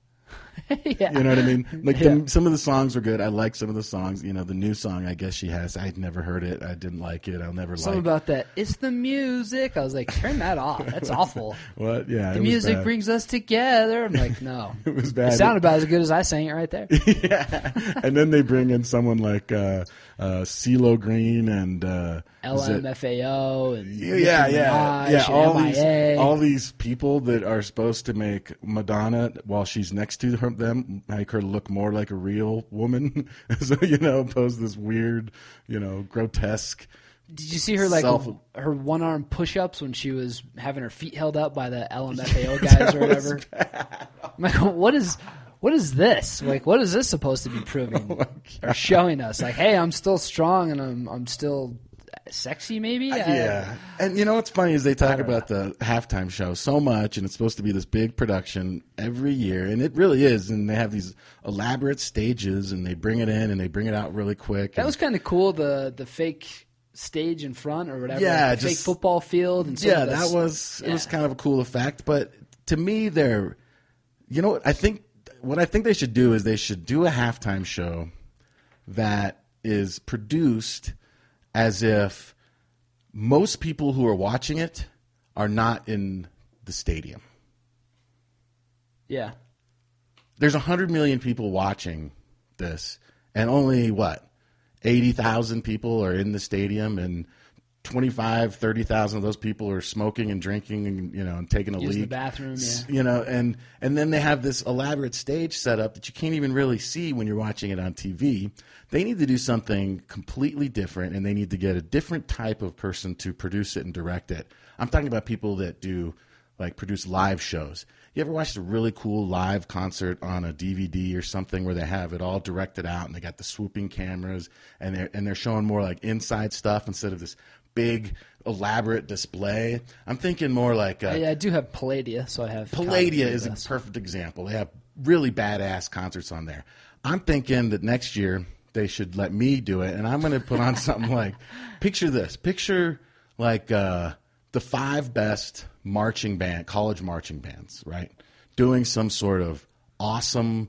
Speaker 1: yeah.
Speaker 2: You know what I mean? Like the, some of the songs were good. I like some of the songs. You know, the new song I guess she has. I'd never heard it. I didn't like it. I'll never
Speaker 1: Something
Speaker 2: like.
Speaker 1: about that. It's the music. I was like, turn that off. That's awful.
Speaker 2: What? Yeah,
Speaker 1: The
Speaker 2: it was
Speaker 1: music
Speaker 2: bad.
Speaker 1: brings us together. I'm like, no.
Speaker 2: It was bad.
Speaker 1: It sounded about as good as I sang it right there.
Speaker 2: yeah. and then they bring in someone like uh, uh, CeeLo Green and uh, is it-
Speaker 1: LMFAO and
Speaker 2: Yeah,
Speaker 1: Nicki
Speaker 2: yeah,
Speaker 1: Minaj
Speaker 2: yeah.
Speaker 1: and
Speaker 2: All these,
Speaker 1: MIA.
Speaker 2: all these people that are supposed to make Madonna while she's next to her, them make her look more like a real woman. so you know, pose this weird, you know, grotesque.
Speaker 1: Did you see her like
Speaker 2: Self-
Speaker 1: her one arm push ups when she was having her feet held up by the LMFAO guys or whatever? I'm like, what is what is this? Like, what is this supposed to be
Speaker 2: Oh
Speaker 1: proving or showing us? Like, hey, I'm still strong and I'm I'm still sexy, maybe. I-
Speaker 2: Yeah. And you know what's funny is they talk about the halftime show so much, and it's supposed to be this big production every year, and it really is. And they have these elaborate stages, and they bring it in and they bring it out really quick.
Speaker 1: that
Speaker 2: and-
Speaker 1: was kind of cool. The the fake stage in front or whatever.
Speaker 2: Yeah,
Speaker 1: like the fake
Speaker 2: just-
Speaker 1: football field and sort
Speaker 2: yeah,
Speaker 1: of
Speaker 2: that
Speaker 1: this-
Speaker 2: was it was
Speaker 1: yeah.
Speaker 2: kind of a cool effect, but to me, they're you know what I think what I think they should do is they should do a halftime show that is produced as if most people who are watching it are not in the stadium.
Speaker 1: yeah.
Speaker 2: There's hundred million people watching this, and only what eighty thousand people are in the stadium, and 25, 30,000 of those people are smoking and drinking and, you know, and taking a
Speaker 1: Using the
Speaker 2: leak.
Speaker 1: bathroom,
Speaker 2: S-
Speaker 1: yeah.
Speaker 2: You know, and, and then they have this elaborate stage set up that you can't even really see when you're watching it on TV. They need to do something completely different and they need to get a different type of person to produce it and direct it. I'm talking about people that do like produce live shows. You ever watched a really cool live concert on a DVD or something where they have it all directed out and they got the swooping cameras and they're and they're showing more like inside stuff instead of this big elaborate display. I'm thinking more like uh,
Speaker 1: Yeah, I do have Palladia, so I have.
Speaker 2: Palladia is a
Speaker 1: This.
Speaker 2: perfect example. They have really badass concerts on there. I'm thinking that next year they should let me do it, and I'm going to put on something like, picture this, picture like uh, the five best marching band, college marching bands, right? Doing some sort of awesome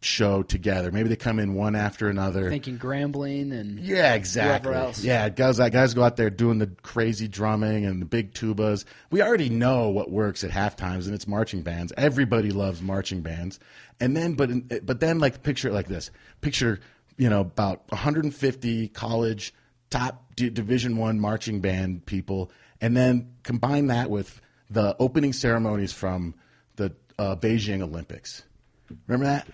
Speaker 2: show together. Maybe they come in one after another.
Speaker 1: Thinking Grambling and
Speaker 2: Yeah, exactly.
Speaker 1: else.
Speaker 2: Yeah, guys, that guys go out there doing the crazy drumming and the big tubas. We already know what works at half times, and it's marching bands. Everybody loves marching bands. And then, but in- but then, like picture it like this: picture, you know, about 150 college top D- Division One marching band people, and then combine that with the opening ceremonies from the uh, Beijing Olympics. Remember that?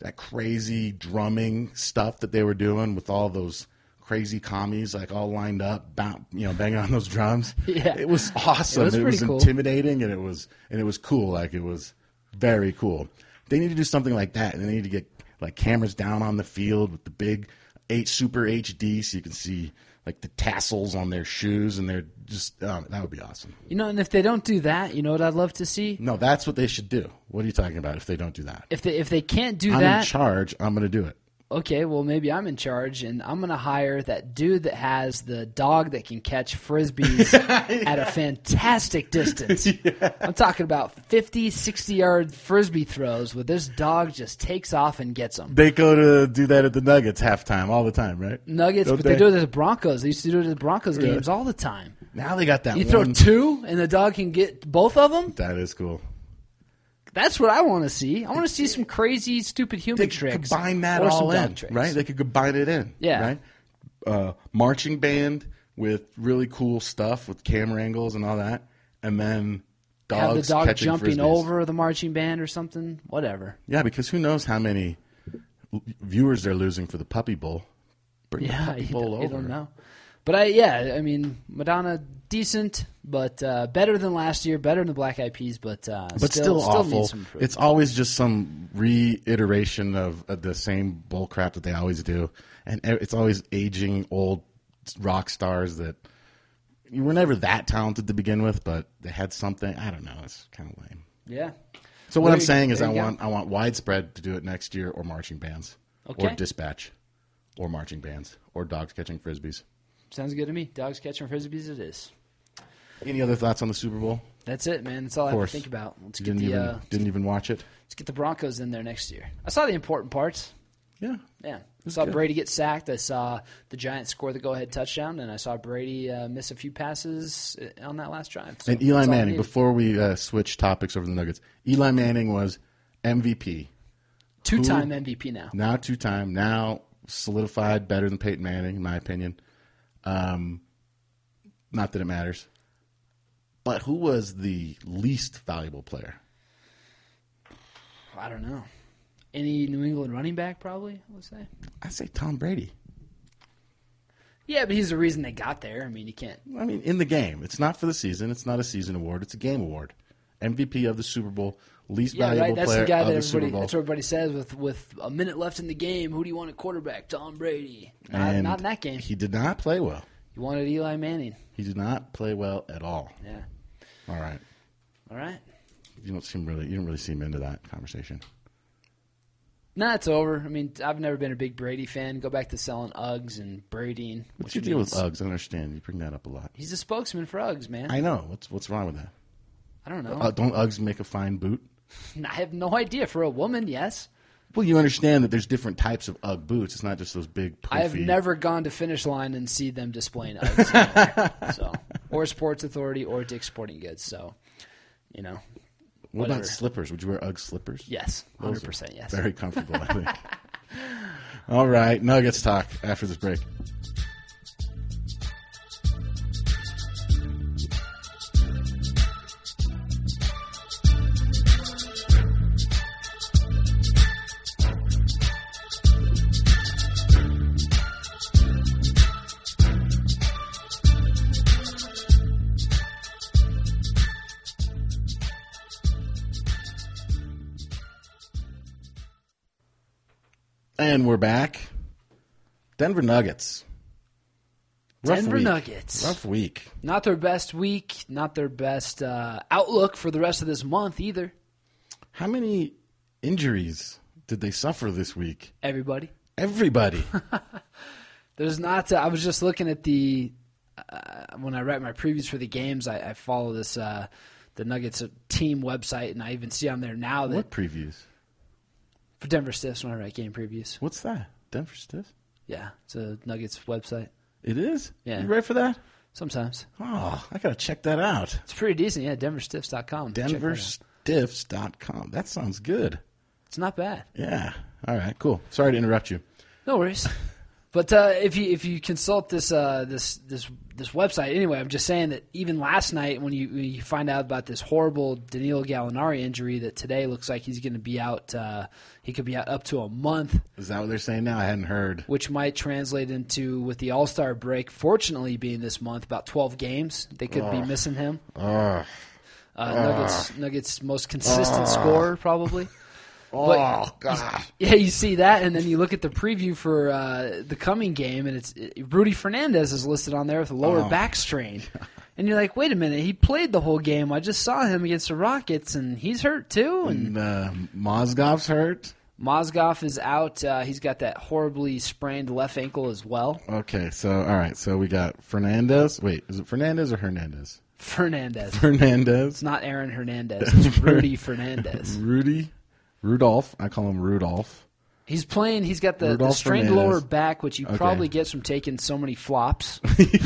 Speaker 2: That crazy drumming stuff that they were doing with all those crazy commies like all lined up, bound, you know, banging on those drums.
Speaker 1: Yeah.
Speaker 2: It was awesome.
Speaker 1: It was
Speaker 2: It was,
Speaker 1: pretty cool.
Speaker 2: intimidating and it was and it was cool. Like it was very cool. They need to do something like that and they need to get like cameras down on the field with the big eight super HD so you can see like the tassels on their shoes and they're just um, that would be awesome.
Speaker 1: you know, and if they don't do that, you know what I'd love to see.
Speaker 2: No, that's what they should do. What are you talking about if they don't do that?
Speaker 1: If they if they can't do
Speaker 2: I'm in
Speaker 1: that,
Speaker 2: charge. I'm going to do it.
Speaker 1: okay, well maybe I'm in charge and I'm gonna hire that dude that has the dog that can catch frisbees at a fantastic distance. I'm talking about 50, 60 yard frisbee throws where this dog just takes off and gets them.
Speaker 2: They go to do that at the Nuggets halftime all the time, right?
Speaker 1: Nuggets,
Speaker 2: Don't
Speaker 1: but they do it at the Broncos. They used to do it at the Broncos games all the time.
Speaker 2: Now they got that.
Speaker 1: You throw
Speaker 2: one.
Speaker 1: two and the dog can get both of them.
Speaker 2: that is cool.
Speaker 1: That's what I want to see. I want to see some crazy, stupid human
Speaker 2: They could
Speaker 1: tricks.
Speaker 2: combine that
Speaker 1: or some
Speaker 2: all
Speaker 1: dog
Speaker 2: in,
Speaker 1: tricks.
Speaker 2: right? They could combine it in,
Speaker 1: Yeah.
Speaker 2: Right? Uh, marching band with really cool stuff with camera angles and all that, and then dogs
Speaker 1: Have the dog
Speaker 2: catching
Speaker 1: jumping
Speaker 2: frisbees.
Speaker 1: over the marching band or something. Whatever.
Speaker 2: Yeah, because who knows how many l- viewers they're losing for the Puppy Bowl? Bring the
Speaker 1: Yeah,
Speaker 2: Puppy
Speaker 1: you
Speaker 2: Bowl
Speaker 1: don't,
Speaker 2: over.
Speaker 1: you don't know. But I, yeah, I mean, Madonna decent, but uh, better than last year, better than the Black Eyed Peas, but uh,
Speaker 2: but still, awful.
Speaker 1: needs some improvement.
Speaker 2: It's always just some reiteration of, of the same bull crap that they always do, and e- it's always aging old rock stars that you were never that talented to begin with, but they had something. I don't know. It's kind of lame.
Speaker 1: yeah.
Speaker 2: So what
Speaker 1: There
Speaker 2: I'm
Speaker 1: you-
Speaker 2: saying is,
Speaker 1: there
Speaker 2: I
Speaker 1: you go.
Speaker 2: want I want widespread to do it next year, or marching bands, or
Speaker 1: Okay.
Speaker 2: dispatch, or marching bands, or dogs catching frisbees.
Speaker 1: Sounds good to me. Dogs catching frisbees, it is.
Speaker 2: Any other thoughts on the Super Bowl?
Speaker 1: That's it, man. That's all I have to
Speaker 2: course.
Speaker 1: think about. Let's
Speaker 2: You
Speaker 1: get
Speaker 2: didn't
Speaker 1: the
Speaker 2: even
Speaker 1: uh,
Speaker 2: didn't even watch it.
Speaker 1: let's get the Broncos in there next year. I saw the important parts.
Speaker 2: Yeah,
Speaker 1: Yeah. I saw
Speaker 2: good.
Speaker 1: Brady get sacked. I saw the Giants score the go-ahead touchdown, and I saw Brady uh, miss a few passes uh, on that last drive. So
Speaker 2: And Eli
Speaker 1: that's all I
Speaker 2: Manning,
Speaker 1: needed.
Speaker 2: before we uh, switch topics over the Nuggets, Eli Manning was MVP,
Speaker 1: two-time MVP now.
Speaker 2: now two time, now solidified better than Peyton Manning, in my opinion. Um, not that it matters. But who was the least valuable player?
Speaker 1: I don't know. Any New England running back, probably, I would say.
Speaker 2: I say Tom Brady.
Speaker 1: Yeah, but he's the reason they got there. I mean, you can't.
Speaker 2: I mean, in the game. It's not for the season. It's not a season award. It's a game award. MVP of the Super Bowl, least
Speaker 1: Yeah,
Speaker 2: valuable
Speaker 1: right. That's
Speaker 2: player
Speaker 1: the guy
Speaker 2: of
Speaker 1: that
Speaker 2: the Super
Speaker 1: everybody.
Speaker 2: Bowl.
Speaker 1: That's what everybody says. With with a minute left in the game, who do you want at quarterback? Tom Brady. Not,
Speaker 2: And
Speaker 1: not in that game.
Speaker 2: He did not play well.
Speaker 1: You wanted Eli Manning.
Speaker 2: He did not play well at all.
Speaker 1: Yeah.
Speaker 2: All right.
Speaker 1: All right.
Speaker 2: You don't seem really. You don't really seem into that conversation.
Speaker 1: Nah, it's over. I mean, I've never been a big Brady fan. Go back to selling Uggs and Brading. which
Speaker 2: What's your deal with
Speaker 1: means-
Speaker 2: Uggs? I understand you bring that up a lot.
Speaker 1: He's a spokesman for Uggs, man. I,
Speaker 2: I know. What's what's wrong with that?
Speaker 1: don't know.
Speaker 2: Uh, don't Uggs make a fine boot?
Speaker 1: I have no idea. For a woman, yes.
Speaker 2: Well, you understand that there's different types of Ugg boots. It's not just those big. Poofy,
Speaker 1: I have never gone to finish line and see them displaying Uggs, anywhere, so or Sports Authority or Dick's Sporting Goods. So, you know,
Speaker 2: What
Speaker 1: whatever.
Speaker 2: about slippers? Would you wear Ugg slippers?
Speaker 1: yes,
Speaker 2: Those
Speaker 1: hundred
Speaker 2: are
Speaker 1: percent, yes.
Speaker 2: Very comfortable, I think. All right, Nuggets talk after this break. And we're back. Denver Nuggets.
Speaker 1: Denver
Speaker 2: week.
Speaker 1: Nuggets.
Speaker 2: Rough week.
Speaker 1: Not their best week, not their best uh, outlook for the rest of this month either.
Speaker 2: How many injuries did they suffer this week?
Speaker 1: Everybody,
Speaker 2: Everybody.
Speaker 1: there's not. uh, I was just looking at the uh, when I write my previews for the games. I, I follow this uh, the Nuggets team website, and I even see on there now that
Speaker 2: what previews?
Speaker 1: for Denver Stiffs when I write game previews.
Speaker 2: What's that? Denver Stiff?
Speaker 1: Yeah, it's a Nuggets website.
Speaker 2: It is?
Speaker 1: Yeah.
Speaker 2: You ready for that?
Speaker 1: Sometimes
Speaker 2: Oh, I got to check that out.
Speaker 1: it's pretty decent. Yeah, DenverStiffs.com. Check that out.
Speaker 2: DenverStiffs.com. That sounds good.
Speaker 1: It's not bad.
Speaker 2: Yeah. All right, cool. Sorry to interrupt you.
Speaker 1: No worries. But uh, if you if you consult this uh, this this this website anyway, I'm just saying that even last night when you when you find out about this horrible Danilo Gallinari injury that today looks like he's going to be out, uh, he could be out up to a month,
Speaker 2: Is that what they're saying now? I hadn't heard.
Speaker 1: which might translate into with the All Star break, fortunately being this month, about 12 games they could be missing him.
Speaker 2: Ugh.
Speaker 1: Uh, Nuggets Nuggets most consistent scorer probably. But-
Speaker 2: oh, God.
Speaker 1: Yeah, you see that, and then you look at the preview for uh, the coming game, and it's Rudy Fernandez is listed on there with a lower
Speaker 2: Oh.
Speaker 1: back strain, and you're like, wait a minute, he played the whole game. I just saw him against the Rockets, and he's hurt too. And
Speaker 2: And uh, Mozgov's hurt.
Speaker 1: Mozgov is out; uh, he's got that horribly sprained left ankle as well.
Speaker 2: Okay, so all right, so we got Fernandez. Wait, is it Fernandez or Hernandez?
Speaker 1: Fernandez, it's
Speaker 2: Fernandez,
Speaker 1: not Aaron Hernandez; it's Rudy Fernandez.
Speaker 2: Rudy, Rudolph. I call him Rudolph.
Speaker 1: He's playing. He's got the, the
Speaker 2: Rudolph
Speaker 1: strained
Speaker 2: Fernandez.
Speaker 1: lower back, which you
Speaker 2: Okay.
Speaker 1: probably get from taking so many flops.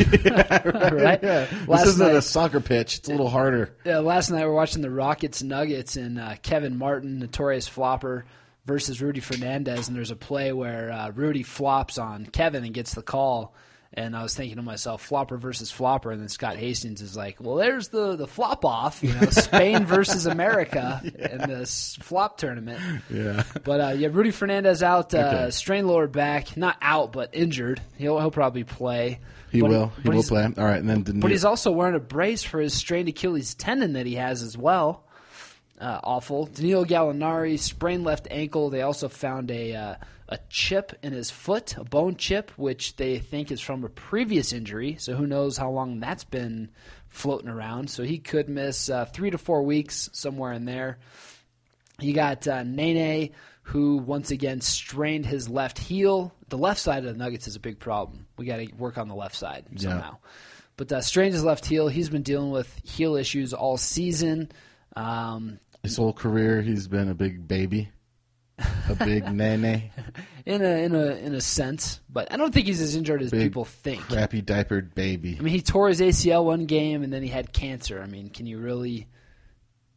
Speaker 1: right? Last
Speaker 2: this isn't
Speaker 1: night-
Speaker 2: a soccer pitch. It's a little harder.
Speaker 1: Yeah, last night we were watching the Rockets Nuggets and uh, Kevin Martin, notorious flopper, versus Rudy Fernandez, and there's a play where uh, Rudy flops on Kevin and gets the call. And I was thinking to myself, flopper versus flopper, and then Scott Hastings is like, "Well, there's the the flop off, you know, Spain versus America in this flop tournament."
Speaker 2: Yeah.
Speaker 1: But uh, yeah, Rudy Fernandez out, uh,
Speaker 2: Okay.
Speaker 1: strained lower back, not out but injured. He'll he'll probably play.
Speaker 2: He
Speaker 1: But-
Speaker 2: will. He
Speaker 1: but
Speaker 2: will
Speaker 1: he's-
Speaker 2: play. All right, and then Danilo.
Speaker 1: but he's also wearing a brace for his strained Achilles tendon that he has as well. Uh, awful. Danilo Gallinari sprained left ankle. They also found a uh, a chip in his foot, a bone chip, which they think is from a previous injury. So who knows how long that's been floating around? So he could miss uh, three to four weeks somewhere in there. You got uh, Nene, who once again strained his left heel. The left side of the Nuggets is a big problem. We got to work on the left side somehow. But uh, strained his left heel. He's been dealing with heel issues all season. Um,
Speaker 2: his whole career, he's been a big baby, a big nene,
Speaker 1: in a in a in a sense, but I don't think he's as injured as people think.
Speaker 2: crappy diapered baby.
Speaker 1: I mean, he tore his ACL one game, and then he had cancer. I mean, can you really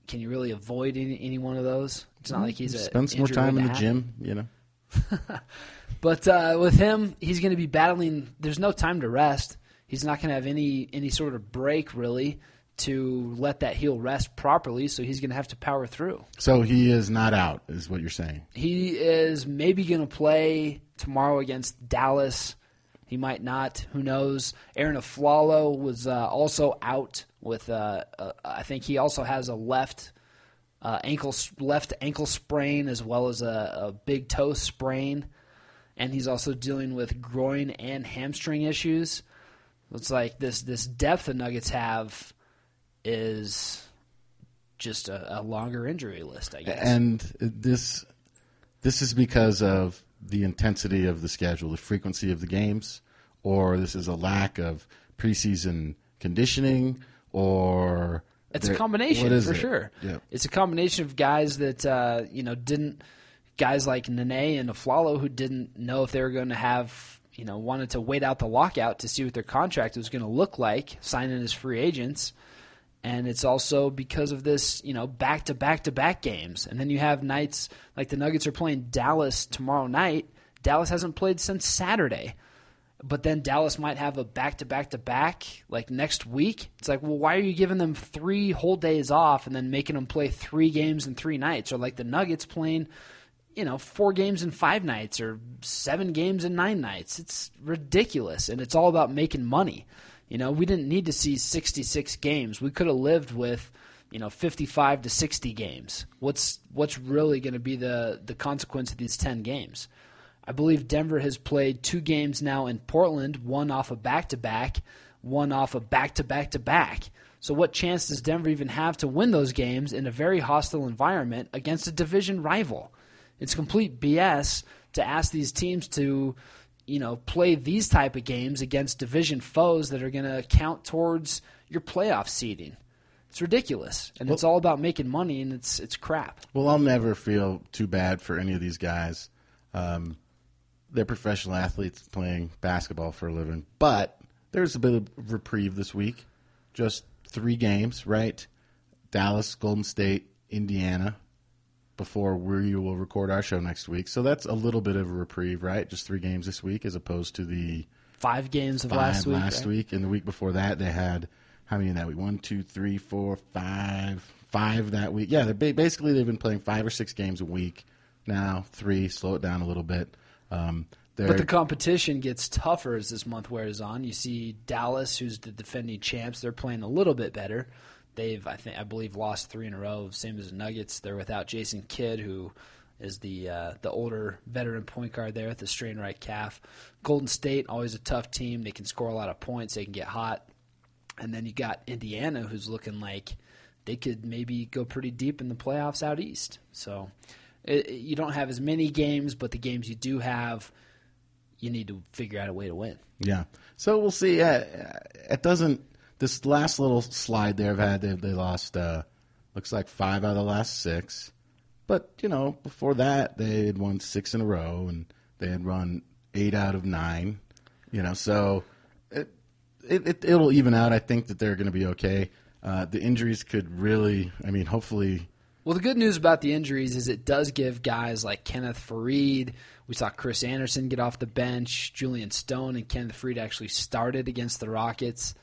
Speaker 1: can you really avoid any, any one of those? It's not like he's a
Speaker 2: Spends Mm-hmm. more
Speaker 1: injury
Speaker 2: time in the
Speaker 1: waiting to happen.
Speaker 2: gym, you know.
Speaker 1: But uh, with him, he's going to be battling. There's no time to rest. He's not going to have any any sort of break really to let that heel rest properly. So he's going to have to power through.
Speaker 2: So he is not out, is what you're saying.
Speaker 1: He is maybe going to play tomorrow against Dallas. He might not. Who knows? Aaron Aflalo was uh, also out with. Uh, uh, I think he also has a left uh, ankle left ankle sprain as well as a, a big toe sprain, and he's also dealing with groin and hamstring issues. It's like this this depth the Nuggets have is just a, a longer injury list, I guess.
Speaker 2: and this this is because of the intensity of the schedule, the frequency of the games, or this is a lack of preseason conditioning, or
Speaker 1: It's
Speaker 2: there-
Speaker 1: a combination
Speaker 2: what is
Speaker 1: for
Speaker 2: it?
Speaker 1: sure.
Speaker 2: Yeah.
Speaker 1: It's a combination of guys that uh, you know didn't guys like Nene and Aflalo who didn't know if they were going to have you know wanted to wait out the lockout to see what their contract was going to look like, signing as free agents. And it's also because of this, you know, back to back to back games. And then you have nights like the Nuggets are playing Dallas tomorrow night. Dallas hasn't played since Saturday but then Dallas might have a back to back to back like next week. It's like, well, why are you giving them three whole days off and then making them play three games in three nights? Or like the Nuggets playing, you know, four games in five nights or seven games in nine nights. It's ridiculous. And it's all about making money. You know, we didn't need to see 66 games. We could have lived with. You know, fifty-five to sixty games. What's what's really going to be the the consequence of these ten games? I believe Denver has played two games now in Portland, one off a back to back, one off a back to back to back. So, what chance does Denver even have to win those games in a very hostile environment against a division rival? It's complete BS to ask these teams to, you know, play these type of games against division foes that are going to count towards your playoff seeding. It's ridiculous, and it's all about making money, and it's it's crap.
Speaker 2: Well, I'll never feel too bad for any of these guys. Um, they're professional athletes playing basketball for a living, but there's a bit of reprieve this week. Just three games, right? Dallas, Golden State, Indiana, before we will record our show next week. So that's a little bit of a reprieve, right? Just three games this week as opposed to the
Speaker 1: Five games of
Speaker 2: five
Speaker 1: last week.
Speaker 2: last
Speaker 1: right?
Speaker 2: week. And the week before that, they had how many in that week? One, two, three, four, five, five that week. Yeah, they're ba- basically they've been playing five or six games a week now. Three, slow it down a little bit. Um, they're,
Speaker 1: But the competition gets tougher as this month wears on. You see Dallas, who's the defending champs, they're playing a little bit better. They've, I think, I believe, lost three in a row. Same as the Nuggets. They're without Jason Kidd, who is the uh, the older veteran point guard there with the strained right calf. Golden State, always a tough team. They can score a lot of points. They can get hot. And then you got Indiana, who's looking like they could maybe go pretty deep in the playoffs out east. So it, it- you don't have as many games, but the games you do have, you need to figure out a way to win.
Speaker 2: yeah. So we'll see. Uh, it doesn't. This last little slide there, I've had they, they lost. Uh, looks like five out of the last six. But you know, before that, they had won six in a row, and they had run eight out of nine. You know, so it, it, it it'll even out. I think that they're going to be okay. Uh, the injuries could really. I mean, hopefully,
Speaker 1: Well, the good news about the injuries is it does give guys like Kenneth Fareed. We saw Chris Anderson get off the bench. Julian Stone and Kenneth Fareed actually started against the Rockets.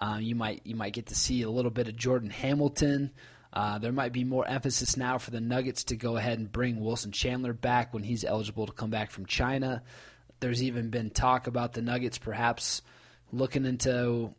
Speaker 1: Uh, you might you might get to see a little bit of Jordan Hamilton. Uh, there might be more emphasis now for the Nuggets to go ahead and bring Wilson Chandler back when he's eligible to come back from China. There's even been talk about the Nuggets perhaps looking into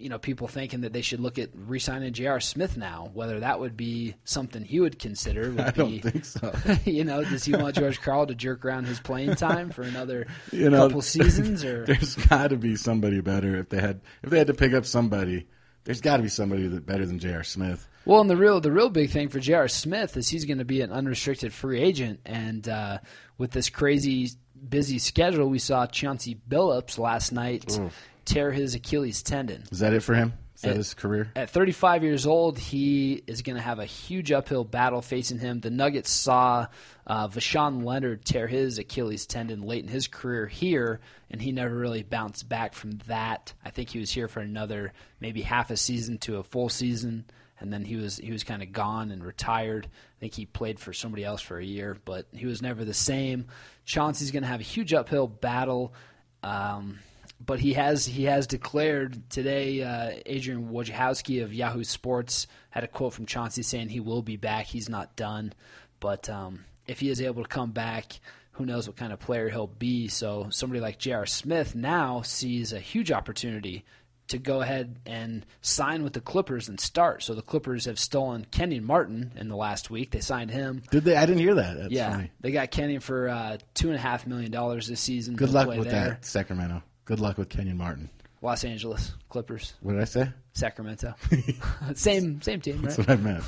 Speaker 1: you know, people thinking that they should look at re-signing J.R. Smith now. Whether that would be something he would consider would
Speaker 2: I
Speaker 1: be,
Speaker 2: don't think so.
Speaker 1: you know, does he want George Carl to jerk around his playing time for another
Speaker 2: You know,
Speaker 1: couple seasons? Or
Speaker 2: There's got to be somebody better if they had if they had to pick up somebody. There's got to be somebody that better than J.R. Smith.
Speaker 1: well, and the real the real big thing for J.R. Smith is he's going to be an unrestricted free agent, and uh, with this crazy busy schedule, we saw Chauncey Billups last night
Speaker 2: Mm.
Speaker 1: tear his Achilles tendon.
Speaker 2: Is that it for him? Is that
Speaker 1: It-
Speaker 2: his career?
Speaker 1: at 35 years old, he is going to have a huge uphill battle facing him. The Nuggets saw uh, Vashawn Leonard tear his Achilles tendon late in his career here, and he never really bounced back from that. I think he was here for another maybe half a season to a full season, and then he was he was kind of gone and retired. I think he played for somebody else for a year, but he was never the same. Chauncey's going to have a huge uphill battle. Um, but he has he has declared today. Uh, Adrian Wojciechowski of Yahoo Sports had a quote from Chauncey saying he will be back. He's not done, but um, if he is able to come back, who knows what kind of player he'll be. So somebody like J.R. Smith now sees a huge opportunity to go ahead and sign with the Clippers and start. So the Clippers have stolen Kenyon Martin in the last week. They signed him.
Speaker 2: Did they? I didn't hear that. That's
Speaker 1: yeah,
Speaker 2: funny.
Speaker 1: they got Kenyon for uh, two and a half million dollars this season.
Speaker 2: Good
Speaker 1: He'll
Speaker 2: luck
Speaker 1: play
Speaker 2: with
Speaker 1: there.
Speaker 2: that, Sacramento. Good luck with Kenyon Martin.
Speaker 1: Los Angeles Clippers.
Speaker 2: What did I say?
Speaker 1: Sacramento. same same team,
Speaker 2: That's
Speaker 1: right?
Speaker 2: what I meant.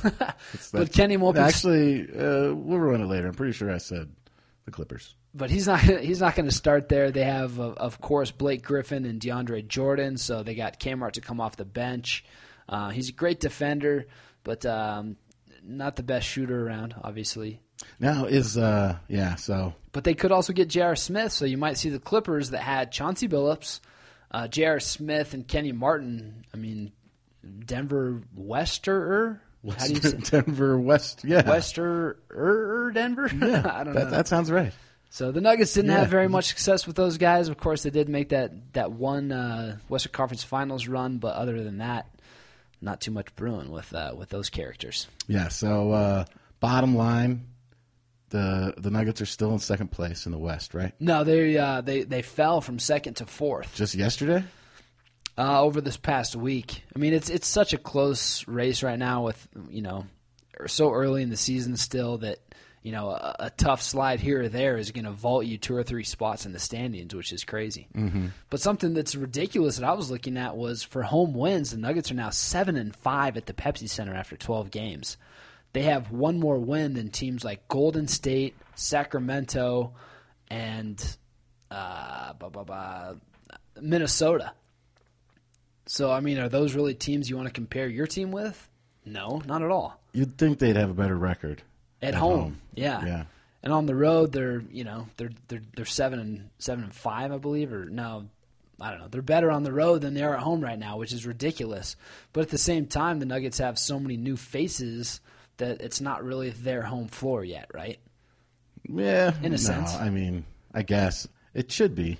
Speaker 2: It's
Speaker 1: But
Speaker 2: that-
Speaker 1: Kenny won't be-
Speaker 2: Actually, uh, we'll ruin it later. I'm pretty sure I said the Clippers.
Speaker 1: But he's not he's not going to start there. They have of, of course Blake Griffin and DeAndre Jordan, so they got Kmart to come off the bench. Uh, he's a great defender, but um, not the best shooter around, obviously.
Speaker 2: Now is uh, yeah. So
Speaker 1: But they could also get J.R. Smith, so you might see the Clippers that had Chauncey Billups, uh, J.R. Smith, and Kenny Martin. I mean, Denver Westerer. How do you say?
Speaker 2: Denver West. Yeah,
Speaker 1: Westerer Denver?
Speaker 2: Yeah,
Speaker 1: I don't
Speaker 2: that,
Speaker 1: know.
Speaker 2: That sounds right.
Speaker 1: So the Nuggets didn't
Speaker 2: Yeah.
Speaker 1: have very much success with those guys. Of course, they did make that that one uh, Western Conference Finals run, but other than that, not too much brewing with uh, with those characters.
Speaker 2: Yeah. So uh, bottom line, the the Nuggets are still in second place in the West, right?
Speaker 1: No, they uh, they they fell from second to fourth
Speaker 2: Just yesterday.
Speaker 1: uh, over this past week. I mean, it's it's er, such a close race right now with you know so early in the season still that you know, a, a tough slide here or there is going to vault you two or three spots in the standings, which is crazy. But something that's ridiculous that I was looking at was for home wins, the Nuggets are now seven and five at the Pepsi Center after twelve games. They have one more win than teams like Golden State, Sacramento, and uh, blah, blah, blah, Minnesota. So, I mean, are those really teams you want to compare your team with? No, not at all.
Speaker 2: You'd think they'd have a better record
Speaker 1: At, home, yeah,
Speaker 2: Yeah.
Speaker 1: And on the road, they're you know they're they're they're seven and seven and five, I believe, or no, I don't know. They're better on the road than they are at home right now, which is ridiculous. But at the same time, the Nuggets have so many new faces that it's not really their home floor yet, right?
Speaker 2: Yeah,
Speaker 1: In a
Speaker 2: no,
Speaker 1: sense.
Speaker 2: I mean, I guess it should be.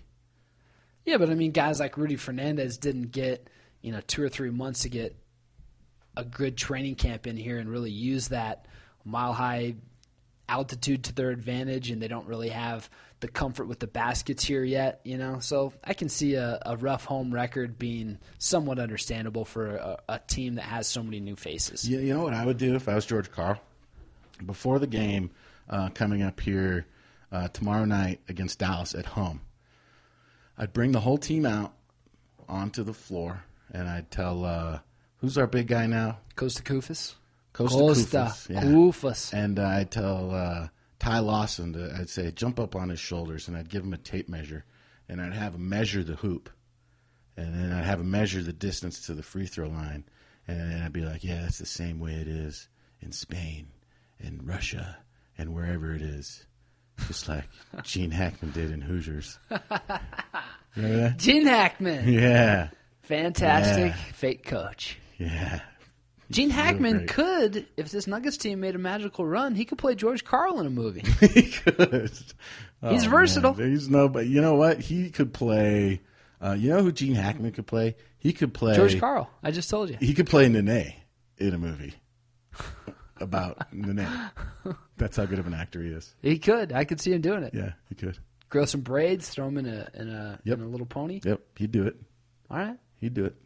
Speaker 1: Yeah, but I mean, guys like Rudy Fernandez didn't get you know two or three months to get a good training camp in here and really use that mile high altitude to their advantage, and they don't really have the comfort with the baskets here yet. You know, so I can see a, a rough home record being somewhat understandable for a, a team that has so many new faces.
Speaker 2: You, you know what I would do if I was George Carl? Before the game uh, coming up here uh, tomorrow night against Dallas at home, I'd bring the whole team out onto the floor and I'd tell, uh, who's our big guy now?
Speaker 1: Costa Kufis.
Speaker 2: Costa Kufas, yeah.
Speaker 1: Kufas.
Speaker 2: And uh, I'd tell uh, Ty Lawson, to, I'd say, jump up on his shoulders, and I'd give him a tape measure, and I'd have him measure the hoop, and then I'd have him measure the distance to the free throw line, and then I'd be like, yeah, that's the same way it is in Spain and Russia and wherever it is. Just like Gene Hackman did in Hoosiers. Remember that?
Speaker 1: Gene Hackman,
Speaker 2: Yeah.
Speaker 1: fantastic
Speaker 2: Yeah.
Speaker 1: fake coach.
Speaker 2: Yeah.
Speaker 1: Gene Hackman
Speaker 2: great.
Speaker 1: could, if this Nuggets team made a magical run, he could play George Carl in a movie.
Speaker 2: he could.
Speaker 1: He's versatile.
Speaker 2: oh, man. He's no, but you know what? He could play. Uh, you know who Gene Hackman could play? He could play
Speaker 1: George Carl, I just told you.
Speaker 2: He could play Nene in a movie about Nene. That's how good of an actor he is.
Speaker 1: He could. I could see him doing it.
Speaker 2: Yeah, he could.
Speaker 1: Grow some braids, throw him in a in a
Speaker 2: Yep.
Speaker 1: in a little pony.
Speaker 2: Yep, he'd do it.
Speaker 1: All right.
Speaker 2: He'd do it.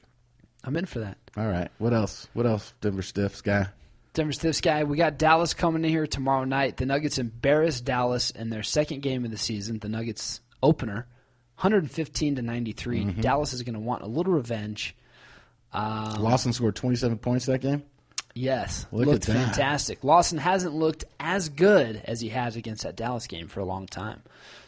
Speaker 1: I'm in for that.
Speaker 2: All right. What else? What else? Denver Stiffs guy.
Speaker 1: Denver Stiffs guy, we got Dallas coming in here tomorrow night. The Nuggets embarrassed Dallas in their second game of the season, the Nuggets opener, 115 to 93.
Speaker 2: Mm-hmm.
Speaker 1: Dallas is going to want a little revenge. Um,
Speaker 2: Lawson scored 27 points that game.
Speaker 1: Yes,
Speaker 2: Look at
Speaker 1: looked
Speaker 2: that.
Speaker 1: fantastic. Lawson hasn't looked as good as he has against that Dallas game for a long time.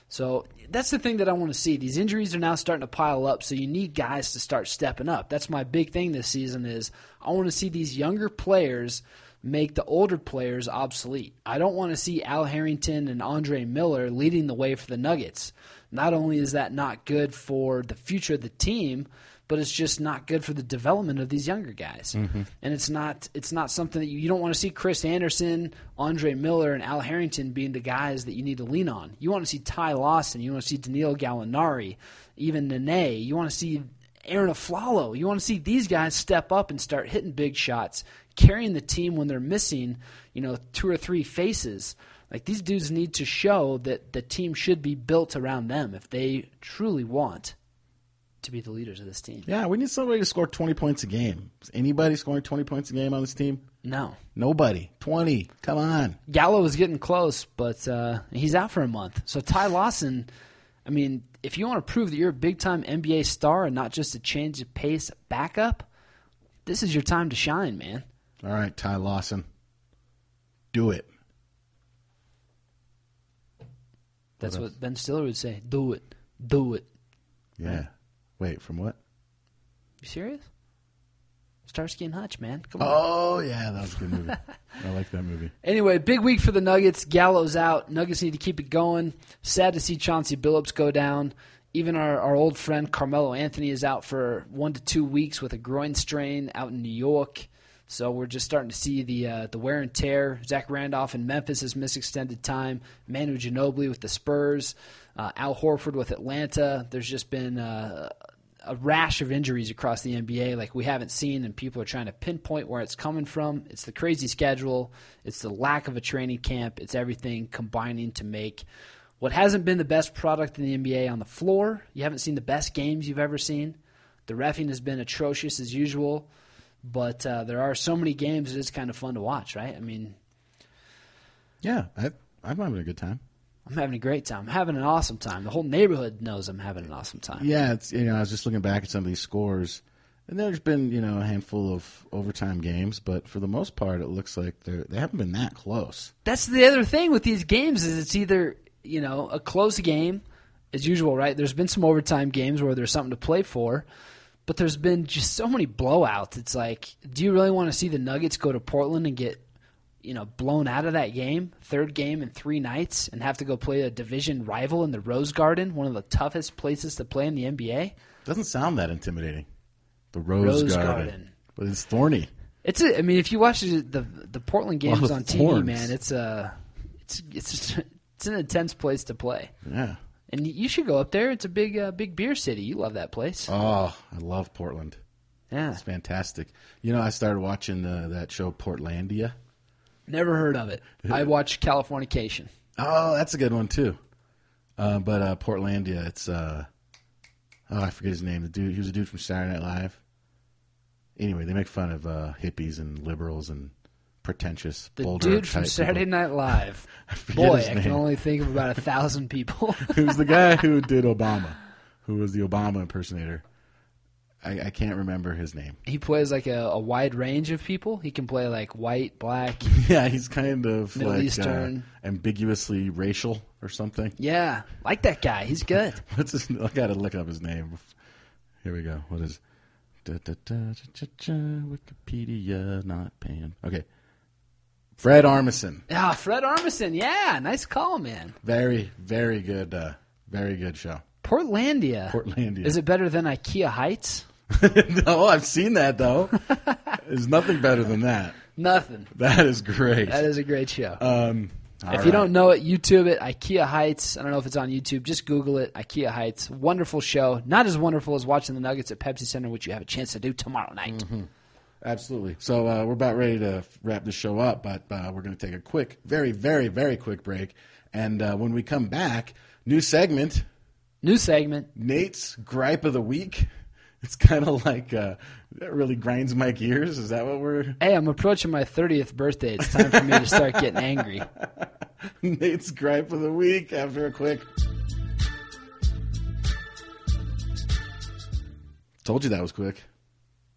Speaker 1: So that's the thing that I want to see. These injuries are now starting to pile up, so you need guys to start stepping up. That's my big thing this season is I want to see these younger players make the older players obsolete. I don't want to see Al Harrington and Andre Miller leading the way for the Nuggets. Not only is that not good for the future of the team, but it's just not good for the development of these younger guys. And it's not it's not something that you, you don't want to see Chris Anderson, Andre Miller, and Al Harrington being the guys that you need to lean on. You want to see Ty Lawson, you want to see Danilo Gallinari, even Nene. You want to see Aaron Aflalo. You want to see these guys step up and start hitting big shots, carrying the team when they're missing, you know, two or three faces. Like these dudes need to show that the team should be built around them if they truly want to be the leaders of this team.
Speaker 2: Yeah, we need somebody to score 20 points a game. Is anybody scoring 20 points a game on this team?
Speaker 1: No.
Speaker 2: Nobody. 20. Come on.
Speaker 1: Gallo was getting close, but uh, he's out for a month. So Ty Lawson, I mean, if you want to prove that you're a big time NBA star and not just a change of pace backup, this is your time to shine, man.
Speaker 2: All right, Ty Lawson. Do it.
Speaker 1: That's what Ben Stiller would say. Do it. Do it.
Speaker 2: Yeah. Wait, from what?
Speaker 1: You serious? Starsky and Hutch, man. Come on.
Speaker 2: Oh, yeah, that was a good movie. I like that movie.
Speaker 1: Anyway, big week for the Nuggets. Gallows out. Nuggets need to keep it going. Sad to see Chauncey Billups go down. Even our, our old friend Carmelo Anthony is out for one to two weeks with a groin strain out in New York. So we're just starting to see the uh, the wear and tear. Zach Randolph in Memphis has missed extended time. Manu Ginobili with the Spurs. Uh, Al Horford with Atlanta. There's just been uh, a rash of injuries across the NBA like we haven't seen, and people are trying to pinpoint where it's coming from. It's the crazy schedule, it's the lack of a training camp, it's everything combining to make what hasn't been the best product in the NBA on the floor. You haven't seen the best games you've ever seen. The refing has been atrocious as usual, but uh, there are so many games it is kind of fun to watch, right? I mean,
Speaker 2: Yeah, I I'm having a good time.
Speaker 1: I'm having a great time. I'm having an awesome time. The whole neighborhood knows I'm having an awesome time.
Speaker 2: Yeah, it's you know, I was just looking back at some of these scores, and there's been you know a handful of overtime games, but for the most part, it looks like they they haven't been that close.
Speaker 1: That's the other thing with these games is it's either you know a close game as usual, right? There's been some overtime games where there's something to play for, but there's been just so many blowouts. It's like, do you really want to see the Nuggets go to Portland and get you know blown out of that game, third game in three nights, and have to go play a division rival in the Rose Garden, one of the toughest places to play in the NBA?
Speaker 2: Doesn't sound that intimidating. The Rose,
Speaker 1: Rose
Speaker 2: Garden.
Speaker 1: Garden.
Speaker 2: but it's thorny.
Speaker 1: It's a, I mean, if you watch the the, the Portland
Speaker 2: Lot
Speaker 1: games
Speaker 2: of
Speaker 1: on TV,
Speaker 2: thorns.
Speaker 1: man, it's a it's it's it's an intense place to play.
Speaker 2: Yeah.
Speaker 1: And y- you should go up there. It's a big, uh, big beer city. You love that place.
Speaker 2: Oh, I love Portland.
Speaker 1: yeah,
Speaker 2: It's fantastic. You know, I started watching uh, that show Portlandia.
Speaker 1: never heard of it. I watch Californication.
Speaker 2: Oh, that's a good one too. Uh, but uh, Portlandia, it's uh, oh, I forget his name. The dude, he was a dude from Saturday Night Live. Anyway, they make fun of uh, hippies and liberals and pretentious
Speaker 1: The
Speaker 2: Boulder
Speaker 1: dude from
Speaker 2: type
Speaker 1: Saturday Night Live.
Speaker 2: forget
Speaker 1: Boy,
Speaker 2: his
Speaker 1: I
Speaker 2: name.
Speaker 1: can only think of about a thousand people.
Speaker 2: People. Who's the guy who did Obama? Who was the Obama impersonator? I, I can't remember his name.
Speaker 1: he plays like a, a wide range of people. He can play like white, black.
Speaker 2: Yeah, he's kind of
Speaker 1: Middle
Speaker 2: like uh,
Speaker 1: Eastern.
Speaker 2: ambiguously racial or something.
Speaker 1: Yeah, like that guy. He's good.
Speaker 2: What's his? I gotta look up his name. Here we go. What is? Da, da, da, cha, cha, cha, Wikipedia, not Pam. Okay. Fred Armisen,
Speaker 1: Ah, Fred Armisen. Yeah, nice call, man.
Speaker 2: very, very good, uh, very good show.
Speaker 1: Portlandia.
Speaker 2: Portlandia.
Speaker 1: Is it better than IKEA Heights?
Speaker 2: no, I've seen that though. There's nothing better than that.
Speaker 1: Nothing.
Speaker 2: That is great.
Speaker 1: That is a great show.
Speaker 2: um,
Speaker 1: if you don't know it, YouTube it. IKEA Heights. I don't know if it's on YouTube. Just Google it. IKEA Heights. Wonderful show. Not as wonderful as watching the Nuggets at Pepsi Center, which you have a chance to do tomorrow night.
Speaker 2: absolutely. So uh, we're about ready to wrap the show up, but uh, we're going to take a quick, very, very, very quick break, and uh, when we come back, new segment.
Speaker 1: New segment.
Speaker 2: Nate's gripe of the week. It's kind of like uh, that really grinds my gears. Is that what we're
Speaker 1: Hey, I'm approaching my 30th birthday. It's time for me to start getting angry.
Speaker 2: Nate's gripe of the week after a quick? Told you that was quick.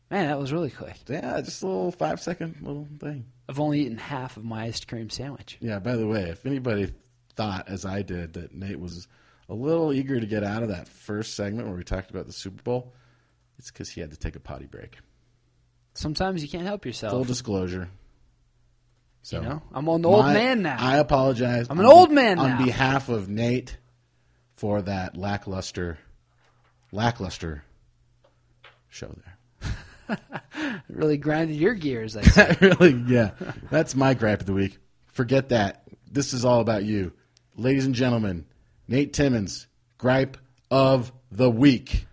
Speaker 1: Man, that was really quick.
Speaker 2: Yeah, just a little five second little thing.
Speaker 1: I've only eaten half of my iced cream sandwich.
Speaker 2: Yeah. By the way, if anybody thought as I did that Nate was a little eager to get out of that first segment where we talked about the Super Bowl, it's because he had to take a potty break.
Speaker 1: Sometimes you can't help
Speaker 2: Full
Speaker 1: yourself.
Speaker 2: disclosure. So
Speaker 1: You know, I'm an old
Speaker 2: my-
Speaker 1: man now.
Speaker 2: I apologize.
Speaker 1: I'm an
Speaker 2: on-
Speaker 1: old man
Speaker 2: on
Speaker 1: now.
Speaker 2: behalf of Nate for that lackluster, lackluster show there.
Speaker 1: It really grinded your gears. I said.
Speaker 2: That really, yeah. That's my gripe of the week. Forget that. This is all about you, ladies and gentlemen. Nate Timmons, gripe of the week.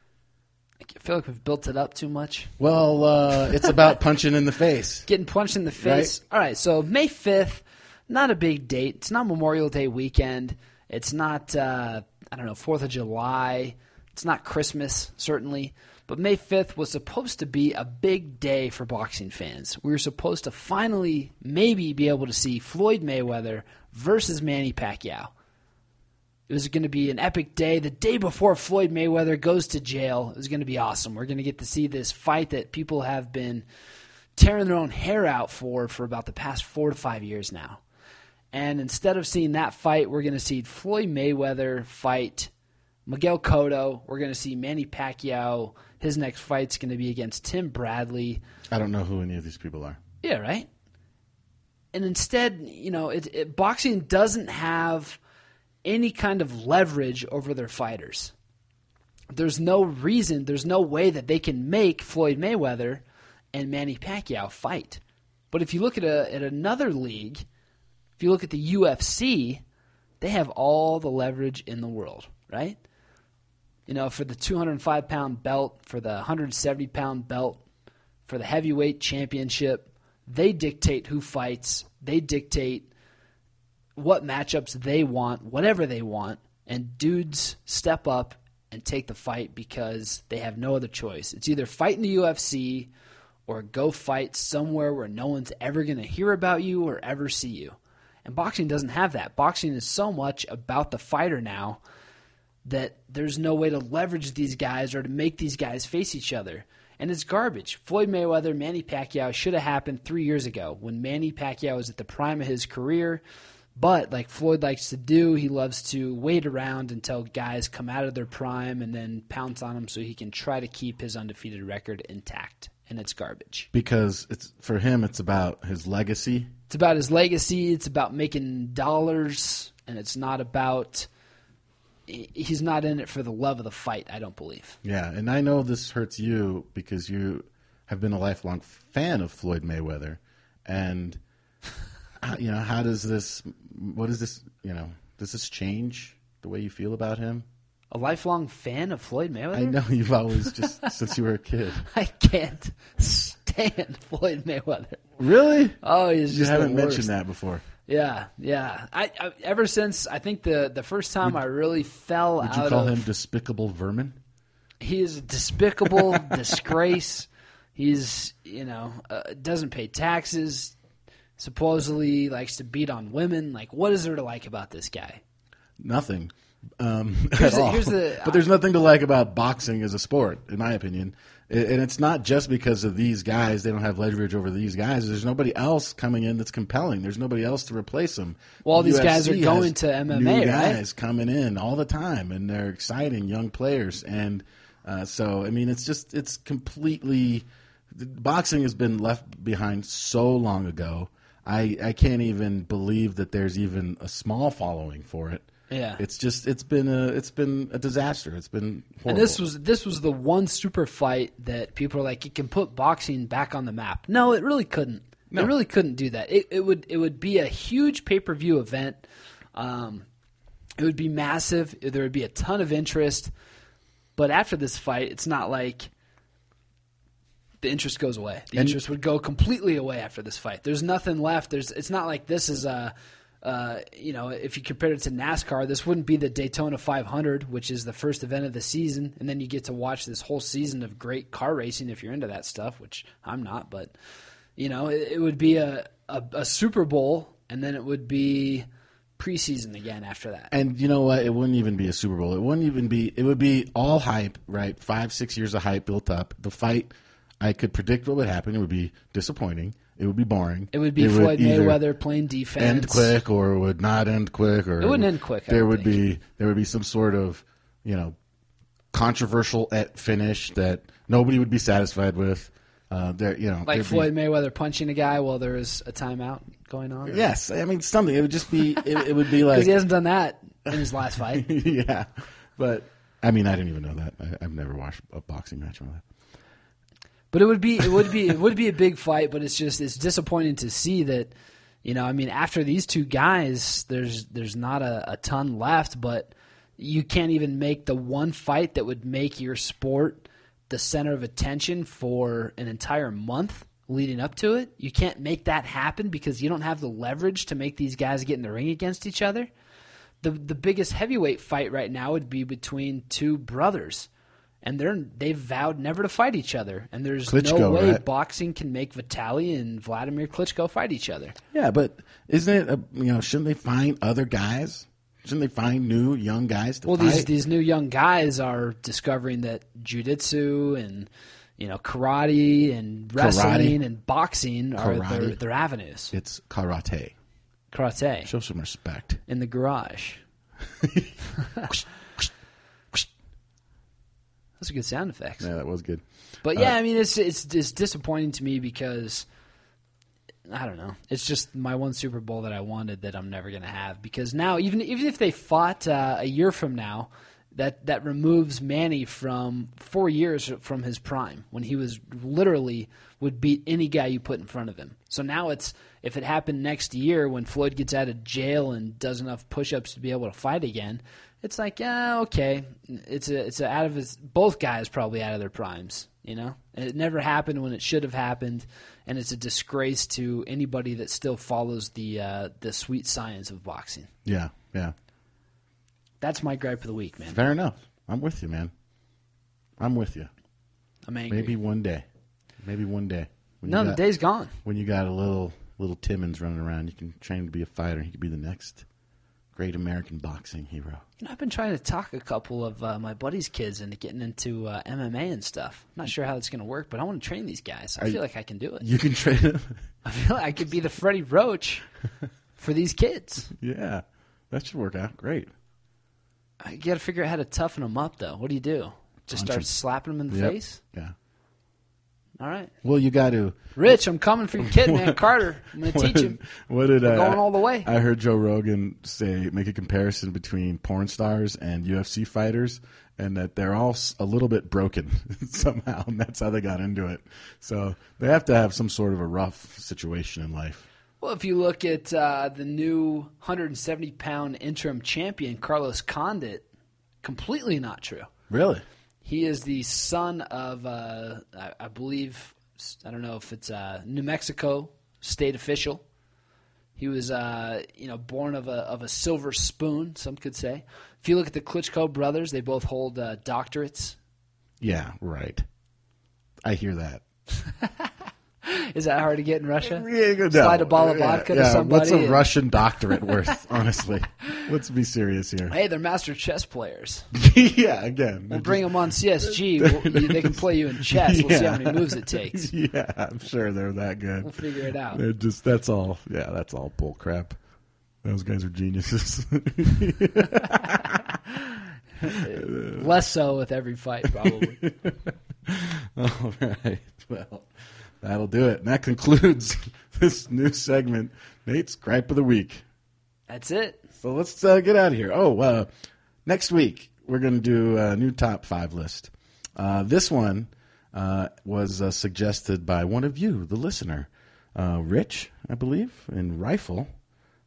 Speaker 1: I feel like we've built it up too much.
Speaker 2: Well, uh, it's about punching in the face.
Speaker 1: Getting punched in the face. All right, so May 5th, not a big date. It's not Memorial Day weekend. It's not, uh, I don't know, 4th of July. It's not Christmas, certainly. But May 5th was supposed to be a big day for boxing fans. We were supposed to finally, maybe, be able to see Floyd Mayweather versus Manny Pacquiao. It was going to be an epic day. The day before Floyd Mayweather goes to jail, it was going to be awesome. We're going to get to see this fight that people have been tearing their own hair out for for about the past four to five years now. And instead of seeing that fight, we're going to see Floyd Mayweather fight Miguel Cotto. We're going to see Manny Pacquiao. His next fight's going to be against Tim Bradley.
Speaker 2: I don't know who any of these people are.
Speaker 1: Yeah, right. And instead, you know, it, it, boxing doesn't have any kind of leverage over their fighters. There's no reason, there's no way that they can make Floyd Mayweather and Manny Pacquiao fight. But if you look at a, at another league, if you look at the UFC, they have all the leverage in the world, right? you know, for the 205 pound belt, for the 170 pound belt, for the heavyweight championship, they dictate who fights. They dictate what matchups they want, whatever they want, and dudes step up and take the fight because they have no other choice. It's either fight in the UFC or go fight somewhere where no one's ever going to hear about you or ever see you. And boxing doesn't have that. Boxing is so much about the fighter now that there's no way to leverage these guys or to make these guys face each other. And it's garbage. Floyd Mayweather, Manny Pacquiao should have happened three years ago when Manny Pacquiao was at the prime of his career. But like Floyd likes to do, he loves to wait around until guys come out of their prime and then pounce on them so he can try to keep his undefeated record intact. And it's garbage.
Speaker 2: because it's for him. It's about his legacy.
Speaker 1: It's about his legacy. It's about making dollars, and it's not about. he- He's not in it for the love of the fight. I don't believe.
Speaker 2: Yeah, and I know this hurts you because you have been a lifelong fan of Floyd Mayweather, and uh, you know how does this? What is this? You know, does this change the way you feel about him?
Speaker 1: A lifelong fan of Floyd Mayweather.
Speaker 2: I know you've always just since you were a kid.
Speaker 1: I can't stand Floyd Mayweather.
Speaker 2: Really?
Speaker 1: Oh, he's
Speaker 2: You
Speaker 1: just the
Speaker 2: haven't
Speaker 1: worst.
Speaker 2: mentioned that before.
Speaker 1: Yeah, yeah. I, I ever since I think the the first time I really fell
Speaker 2: Would
Speaker 1: out
Speaker 2: you
Speaker 1: of
Speaker 2: call him despicable vermin?
Speaker 1: he is a despicable disgrace. He's you know uh, doesn't pay taxes. Supposedly likes to beat on women. Like, what is there to like about this guy?
Speaker 2: Nothing. Um,
Speaker 1: Here's
Speaker 2: at
Speaker 1: the-
Speaker 2: all.
Speaker 1: here's the-
Speaker 2: but there's nothing to like about boxing as a sport, in my opinion. And and it's not just because of these guys. They don't have leverage over these guys. There's nobody else coming in that's compelling. There's nobody else to replace them.
Speaker 1: Well, all these guys are
Speaker 2: has
Speaker 1: going to MMA,
Speaker 2: new
Speaker 1: right?
Speaker 2: guys coming in all the time, and they're exciting young players. And uh, so, I mean, it's just it's completely boxing has been left behind so long ago. I, I can't even believe that there's even a small following for it.
Speaker 1: Yeah.
Speaker 2: It's just it's been a it's been a disaster. It's been horrible.
Speaker 1: And this was this was the one super fight that people are like, it can put boxing back on the map. No, it really couldn't. It really couldn't do that. It, it would it would be a huge pay per view event. Um, it would be massive. There would be a ton of interest. But after this fight, it's not like the interest goes away. The interest would go completely away after this fight. There's nothing left. There's. It's not like this is a. Uh, you know, if you compared it to NASCAR, this wouldn't be the Daytona 500, which is the first event of the season, and then you get to watch this whole season of great car racing if you're into that stuff, which I'm not. But you know, it, it would be a, a a Super Bowl, and then it would be preseason again after that.
Speaker 2: and you know what? It wouldn't even be a Super Bowl. It wouldn't even be. It would be all hype, right? Five, six years of hype built up. The fight, I could predict what would happen. It would be disappointing. It would be boring.
Speaker 1: It would be
Speaker 2: would
Speaker 1: Floyd
Speaker 2: either
Speaker 1: Mayweather playing defense.
Speaker 2: End quick, or it would not end quick, or it
Speaker 1: wouldn't end quick, I
Speaker 2: There
Speaker 1: don't
Speaker 2: would be there would be some sort of you know controversial at finish that nobody would be satisfied with. Uh, there, you know,
Speaker 1: Like
Speaker 2: there'd be-
Speaker 1: Floyd Mayweather punching a guy while there is a timeout going on.
Speaker 2: Yes, I mean something. It would just be. It, it would be like
Speaker 1: Because he hasn't done that in his last fight.
Speaker 2: yeah, but I mean, I didn't even know that. I, I've never watched a boxing match in my life.
Speaker 1: But it would be it would be it would be a big fight, but it's just it's disappointing to see that, you know, I mean after these two guys, there's there's not a, a ton left, but you can't even make the one fight that would make your sport the center of attention for an entire month leading up to it. You can't make that happen because you don't have the leverage to make these guys get in the ring against each other. the the biggest heavyweight fight right now would be between two brothers, and they're they've vowed never to fight each other. And there's no
Speaker 2: Klitschko,
Speaker 1: way
Speaker 2: right?
Speaker 1: boxing can make Vitali and Vladimir Klitschko fight each other.
Speaker 2: Yeah, but isn't it? A, you know, shouldn't they find other guys? Shouldn't they find new young guys to
Speaker 1: Well,
Speaker 2: fight?
Speaker 1: these these new young guys are discovering that jujitsu and you know karate and wrestling and boxing are their,
Speaker 2: Karate.
Speaker 1: their avenues.
Speaker 2: it's karate.
Speaker 1: Karate
Speaker 2: Show some respect.
Speaker 1: in the garage. That's a good sound effects.
Speaker 2: Yeah, that was good.
Speaker 1: But yeah, I mean, it's it's it's disappointing to me because I don't know. It's just my one Super Bowl that I wanted that I'm never gonna have because now even even if they fought uh, a year from now, that that removes Manny from four years from his prime when he was literally would beat any guy you put in front of him. So now it's if it happened next year when Floyd gets out of jail and does enough push-ups to be able to fight again, it's like yeah, okay, it's a it's a out of his both guys probably out of their primes. You know, it never happened when it should have happened, and it's a disgrace to anybody that still follows the uh, the sweet science of boxing.
Speaker 2: Yeah, yeah.
Speaker 1: That's my gripe of the week, man.
Speaker 2: Fair enough. I'm with you, man. I'm with you.
Speaker 1: I'm angry.
Speaker 2: Maybe one day. Maybe one day. When
Speaker 1: no,
Speaker 2: you
Speaker 1: the
Speaker 2: got-
Speaker 1: day's gone.
Speaker 2: when you got a little little Timmons running around. You can train him to be a fighter. He could be the next great American boxing hero.
Speaker 1: You know, I've been trying to talk a couple of uh, my buddies' kids into getting into uh, MMA and stuff. I'm not sure how that's going to work, but I want to train these guys. I
Speaker 2: Are
Speaker 1: feel
Speaker 2: you-
Speaker 1: like I can do it.
Speaker 2: You can train him.
Speaker 1: I feel like I could be the Freddie Roach for these kids.
Speaker 2: yeah, that should work out great.
Speaker 1: I got to figure out how to toughen them up, though. What do you do? Just
Speaker 2: Punch
Speaker 1: start
Speaker 2: 'em.
Speaker 1: slapping them in the
Speaker 2: Yep.
Speaker 1: face?
Speaker 2: Yeah.
Speaker 1: All right.
Speaker 2: Well, you got to.
Speaker 1: Rich, I'm coming for your kid, man. Carter, I'm going to teach him.
Speaker 2: What did
Speaker 1: We're
Speaker 2: uh,
Speaker 1: going all the way.
Speaker 2: I heard Joe Rogan say make a comparison between porn stars and UFC fighters, and that they're all s- a little bit broken somehow, and that's how they got into it. So they have to have some sort of a rough situation in life.
Speaker 1: Well, if you look at uh, the new 170 pound interim champion, Carlos Condit, completely not true.
Speaker 2: Really?
Speaker 1: He is the son of, uh, I, I believe, I don't know if it's a New Mexico state official. He was, uh, you know, born of a of a silver spoon. Some could say. If you look at the Klitschko brothers, they both hold uh, doctorates.
Speaker 2: Yeah. Right. I hear that.
Speaker 1: Is that hard to get in Russia?
Speaker 2: Yeah, go
Speaker 1: Slide
Speaker 2: down.
Speaker 1: a ball of
Speaker 2: Yeah,
Speaker 1: vodka
Speaker 2: yeah.
Speaker 1: to somebody.
Speaker 2: What's a
Speaker 1: and-
Speaker 2: Russian doctorate worth? Honestly, let's be serious here.
Speaker 1: Hey, they're master chess players.
Speaker 2: yeah, again,
Speaker 1: We'll bring them on CSG. We'll, you- they can play you in chess. We'll see how many moves it takes.
Speaker 2: yeah, I'm sure they're that good.
Speaker 1: We'll figure it out.
Speaker 2: They're just that's all. Yeah, that's all bull crap. Those guys are geniuses.
Speaker 1: Less so with every fight, probably.
Speaker 2: all right. Well, that'll do it. And that concludes this new segment, Nate's gripe of the week.
Speaker 1: That's it.
Speaker 2: So let's uh, get out of here. Oh, uh, next week we're going to do a new top five list. Uh, this one uh, was uh, suggested by one of you, the listener, uh, Rich, I believe, in Rifle,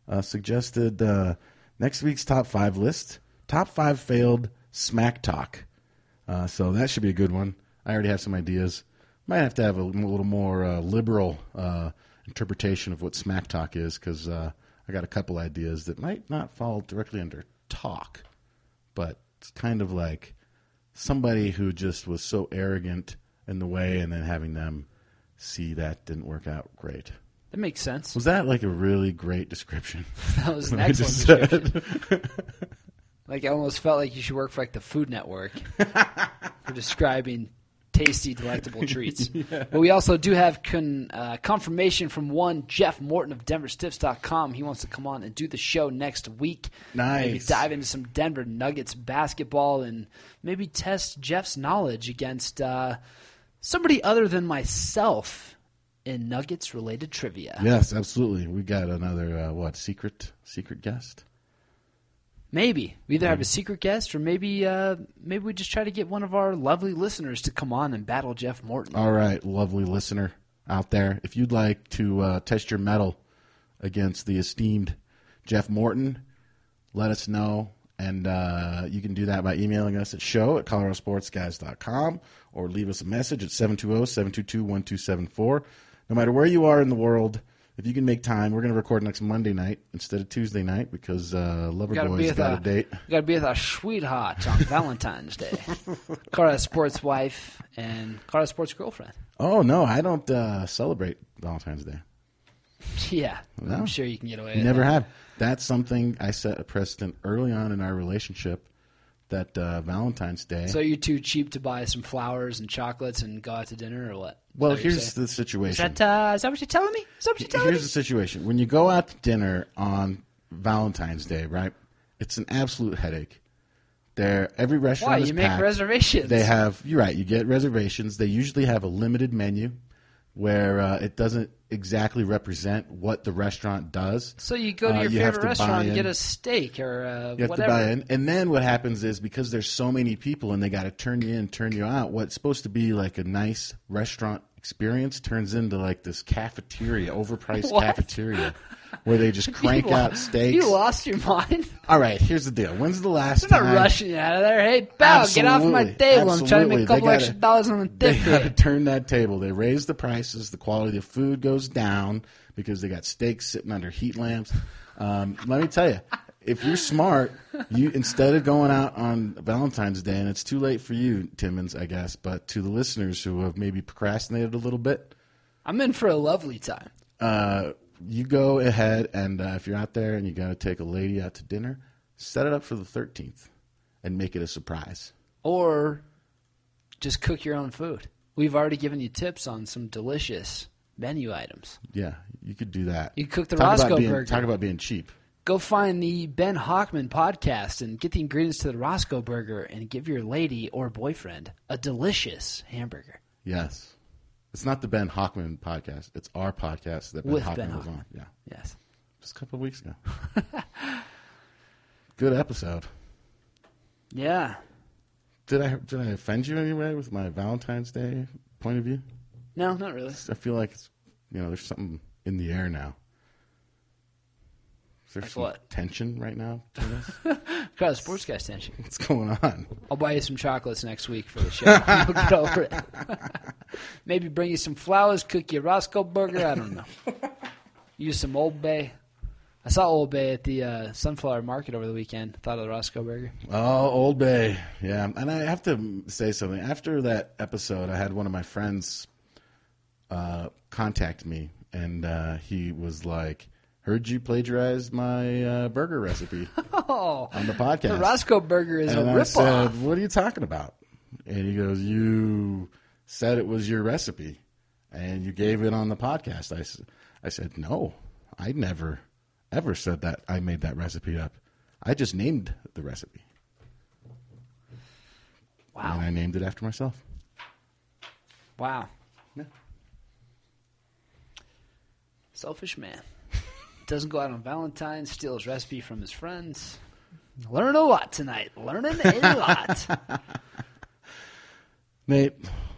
Speaker 2: uh, suggested uh, next week's top five list: top five failed smack talk. Uh, so that should be a good one. I already have some ideas. Might have to have a, little more uh, liberal uh, interpretation of what smack talk is because uh, I got a couple ideas that might not fall directly under talk, but it's kind of like somebody who just was so arrogant in the way and then having them see that didn't work out great.
Speaker 1: That makes sense.
Speaker 2: Was that like a really great description?
Speaker 1: That was an
Speaker 2: I
Speaker 1: excellent
Speaker 2: just said.
Speaker 1: description. Like I almost felt like you should work for like the Food Network for describing tasty, delectable treats. But we also do have con, uh, confirmation from one Jeff Morton of DenverStiffs.com. He wants to come on and do the show next week. Maybe
Speaker 2: Nice.
Speaker 1: dive into some Denver Nuggets basketball and maybe test Jeff's knowledge against uh, somebody other than myself in Nuggets related trivia.
Speaker 2: Yes, absolutely. We got another uh, what secret secret guest.
Speaker 1: Maybe we either
Speaker 2: Hmm.
Speaker 1: have a secret guest, or maybe uh, maybe we just try to get one of our lovely listeners to come on and battle Jeff Morton.
Speaker 2: All right, lovely listener out there, if you'd like to uh, test your metal against the esteemed Jeff Morton, let us know. And uh, you can do that by emailing us at show at coloradosportsguys.com or leave us a message at oh, 720 722 1274. No matter where you are in the world, if you can make time, we're going to record next Monday night instead of Tuesday night because
Speaker 1: gotta
Speaker 2: uh,
Speaker 1: be
Speaker 2: Loverboy's
Speaker 1: with
Speaker 2: got
Speaker 1: a-
Speaker 2: a date.
Speaker 1: Got to be with our sweetheart on Valentine's Day, Cara Sports wife and Cara Sports girlfriend.
Speaker 2: Oh, no, I don't uh, celebrate Valentine's Day.
Speaker 1: Yeah, I'm
Speaker 2: Wow.
Speaker 1: sure you can get away.
Speaker 2: You
Speaker 1: with
Speaker 2: never
Speaker 1: that.
Speaker 2: have. That's something I set a precedent early on in our relationship that uh, Valentine's Day.
Speaker 1: So you're too cheap to buy some flowers and chocolates and go out to dinner, or what? Is
Speaker 2: well,
Speaker 1: that what you're
Speaker 2: here's
Speaker 1: saying?
Speaker 2: the situation.
Speaker 1: is that uh, is that what you're telling me? Is that what you're telling
Speaker 2: Here's
Speaker 1: me?
Speaker 2: the situation. When you go out to dinner on Valentine's Day, right? It's an absolute headache. There, every restaurant
Speaker 1: Why
Speaker 2: is
Speaker 1: you make
Speaker 2: packed.
Speaker 1: reservations?
Speaker 2: They have. You're right. You get reservations. They usually have a limited menu, where uh, it doesn't exactly represent what the restaurant does.
Speaker 1: so you go to
Speaker 2: Uh,
Speaker 1: your
Speaker 2: you have
Speaker 1: favorite
Speaker 2: to buy
Speaker 1: restaurant and
Speaker 2: in.
Speaker 1: get a steak or uh,
Speaker 2: You have
Speaker 1: whatever.
Speaker 2: to buy in. And then what happens is because there's so many people and they got to turn you in, turn you out, what's supposed to be like a nice restaurant experience turns into like this cafeteria, overpriced
Speaker 1: What?
Speaker 2: cafeteria, where they just crank
Speaker 1: You lo-
Speaker 2: out steaks.
Speaker 1: You lost your mind.
Speaker 2: All right, here's the deal. When's the last
Speaker 1: I'm not
Speaker 2: time?
Speaker 1: rushing you out of there. Hey, pal, get off my
Speaker 2: Absolutely.
Speaker 1: table. I'm trying to make
Speaker 2: Absolutely.
Speaker 1: a
Speaker 2: They
Speaker 1: couple
Speaker 2: gotta-
Speaker 1: extra dollars on the
Speaker 2: They
Speaker 1: tip.
Speaker 2: got to
Speaker 1: here.
Speaker 2: turn that table. They raise the prices. The quality of food goes down because they got steaks sitting under heat lamps. Um, let me tell you, if you're smart, you instead of going out on Valentine's Day, and it's too late for you, Timmons, I guess, but to the listeners who have maybe procrastinated a little bit,
Speaker 1: I'm in for a lovely time.
Speaker 2: uh, you go ahead and uh, if you're out there and you got to take a lady out to dinner, set it up for the 13th and make it a surprise.
Speaker 1: or just cook your own food. We've already given you tips on some delicious menu items.
Speaker 2: Yeah, you could do that.
Speaker 1: You cook the
Speaker 2: talk
Speaker 1: Roscoe
Speaker 2: about being,
Speaker 1: burger.
Speaker 2: Talk about being cheap.
Speaker 1: Go find the Ben Hockman podcast and get the ingredients to the Roscoe burger and give your lady or boyfriend a delicious hamburger.
Speaker 2: Yes. It's not the Ben Hockman podcast. It's our podcast that Ben
Speaker 1: With
Speaker 2: Hockman
Speaker 1: Ben
Speaker 2: was
Speaker 1: Hockman.
Speaker 2: on. Yeah.
Speaker 1: Yes.
Speaker 2: Just a couple of weeks ago. Good episode.
Speaker 1: Yeah.
Speaker 2: Did I did I offend you anyway with my Valentine's Day point of view?
Speaker 1: No, not really.
Speaker 2: I feel like it's you know there's something in the air now. Is there
Speaker 1: Like
Speaker 2: some
Speaker 1: what?
Speaker 2: tension right now? between us?
Speaker 1: Got a sports guy tension.
Speaker 2: What's going on?
Speaker 1: I'll buy you some chocolates next week for the show. You'll get over it. Maybe bring you some flowers, cook you a Roscoe burger. I don't know. Use some Old Bay. I saw Old Bay at the uh, Sunflower Market over the weekend. Thought of the Roscoe burger.
Speaker 2: Oh, Old Bay. Yeah. And I have to say something. After that episode, I had one of my friends uh, contact me, and uh, he was like, Heard you plagiarized my uh, burger recipe
Speaker 1: Oh,
Speaker 2: on the podcast.
Speaker 1: the Roscoe burger is
Speaker 2: and
Speaker 1: a
Speaker 2: I
Speaker 1: ripoff.
Speaker 2: said, What are you talking about? And he goes, You said it was your recipe, and you gave it on the podcast. I, s- I said, No, I never, ever said that I made that recipe up. I just named the recipe. And
Speaker 1: wow,
Speaker 2: I named it after myself.
Speaker 1: wow,
Speaker 2: Yeah.
Speaker 1: selfish man. Doesn't go out on Valentine's. Steals recipe from his friends. Learn a lot tonight. Learning a lot.
Speaker 2: Nate,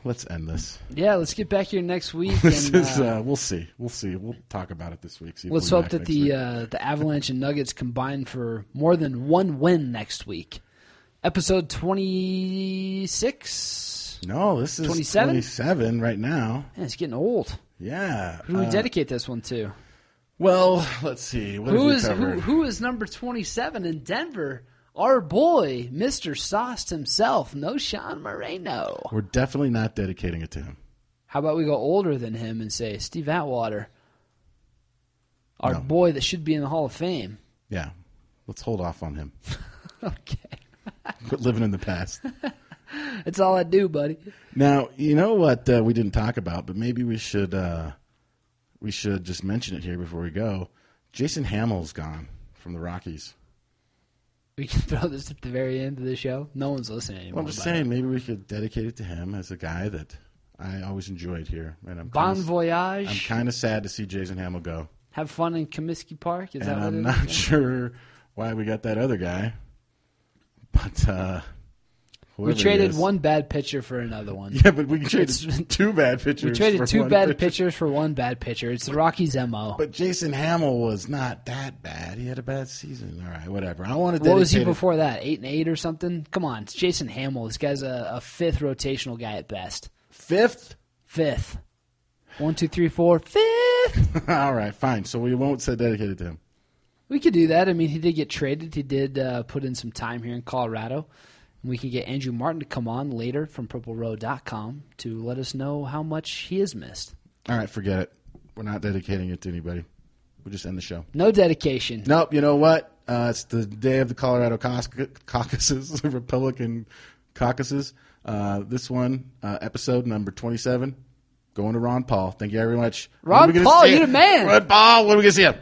Speaker 2: let's end this.
Speaker 1: Yeah, let's get back here next week.
Speaker 2: This
Speaker 1: and,
Speaker 2: is
Speaker 1: uh,
Speaker 2: uh, we'll see. We'll see. We'll talk about it this week. See if
Speaker 1: Let's
Speaker 2: we're
Speaker 1: hope
Speaker 2: back
Speaker 1: that
Speaker 2: next week.
Speaker 1: the uh, the Avalanche and Nuggets combine for more than one win next week. Episode twenty six.
Speaker 2: no, this is
Speaker 1: 27?
Speaker 2: 27 right now.
Speaker 1: Man, it's getting old.
Speaker 2: Yeah.
Speaker 1: Who do we
Speaker 2: Uh,
Speaker 1: dedicate this one to?
Speaker 2: well, let's see. What have
Speaker 1: Who
Speaker 2: we
Speaker 1: is who,
Speaker 2: covered?
Speaker 1: who is number twenty seven in Denver? Our boy, Mister Sauce himself, no Sean Moreno.
Speaker 2: We're definitely not dedicating it to him.
Speaker 1: How about we go older than him and say Steve Atwater, our
Speaker 2: No.
Speaker 1: boy that should be in the Hall of Fame.
Speaker 2: Yeah. Let's hold off on him.
Speaker 1: Okay,
Speaker 2: Quit living in the past.
Speaker 1: that's all I do, buddy.
Speaker 2: now, you know what uh, we didn't talk about, but maybe we should uh, we should just mention it here before we go. Jason Hamill's gone from the Rockies.
Speaker 1: We can throw this at the very end of the show. No one's listening anymore.
Speaker 2: Well, I'm just
Speaker 1: but-
Speaker 2: saying, maybe we could dedicate it to him as a guy that I always enjoyed here, and I'm
Speaker 1: Bon
Speaker 2: kinda, I'm
Speaker 1: voyage.
Speaker 2: kind of sad to see Jason Hamill go,
Speaker 1: Have fun in Comiskey Park. Is that
Speaker 2: and
Speaker 1: what
Speaker 2: I'm
Speaker 1: it
Speaker 2: not
Speaker 1: is?
Speaker 2: sure why we got that other guy, but uh,
Speaker 1: We
Speaker 2: whoever he
Speaker 1: traded
Speaker 2: is-
Speaker 1: one bad pitcher for another one.
Speaker 2: Yeah, but we traded two bad pitchers.
Speaker 1: we traded
Speaker 2: for
Speaker 1: two
Speaker 2: one
Speaker 1: bad
Speaker 2: pitcher.
Speaker 1: pitchers for one bad pitcher. It's the Rockies' mo.
Speaker 2: But Jason Hamill was not that bad. He had a bad season. All right, whatever. I want to.
Speaker 1: What was he
Speaker 2: dedicate it-
Speaker 1: before that? Eight and eight or something? Come on, it's Jason Hamill. This guy's a, a fifth rotational guy at best.
Speaker 2: Fifth.
Speaker 1: Fifth. One, two, three, four. Fifth.
Speaker 2: All right, fine. So we won't say dedicated to him.
Speaker 1: we could do that. I mean, he did get traded. He did uh, put in some time here in Colorado. And we can get Andrew Martin to come on later from PurpleRow.com to let us know how much he has missed.
Speaker 2: All right, forget it. We're not dedicating it to anybody. We'll just end the show.
Speaker 1: No dedication.
Speaker 2: Nope. You know what? Uh, it's the day of the Colorado caucus, caucuses, the Republican caucuses. Uh, this one, uh, episode number twenty-seven, going to Ron Paul. Thank you very much. When
Speaker 1: Ron
Speaker 2: are we gonna
Speaker 1: Paul,
Speaker 2: see
Speaker 1: you're
Speaker 2: him?
Speaker 1: the man.
Speaker 2: Ron Paul, when are we gonna see him?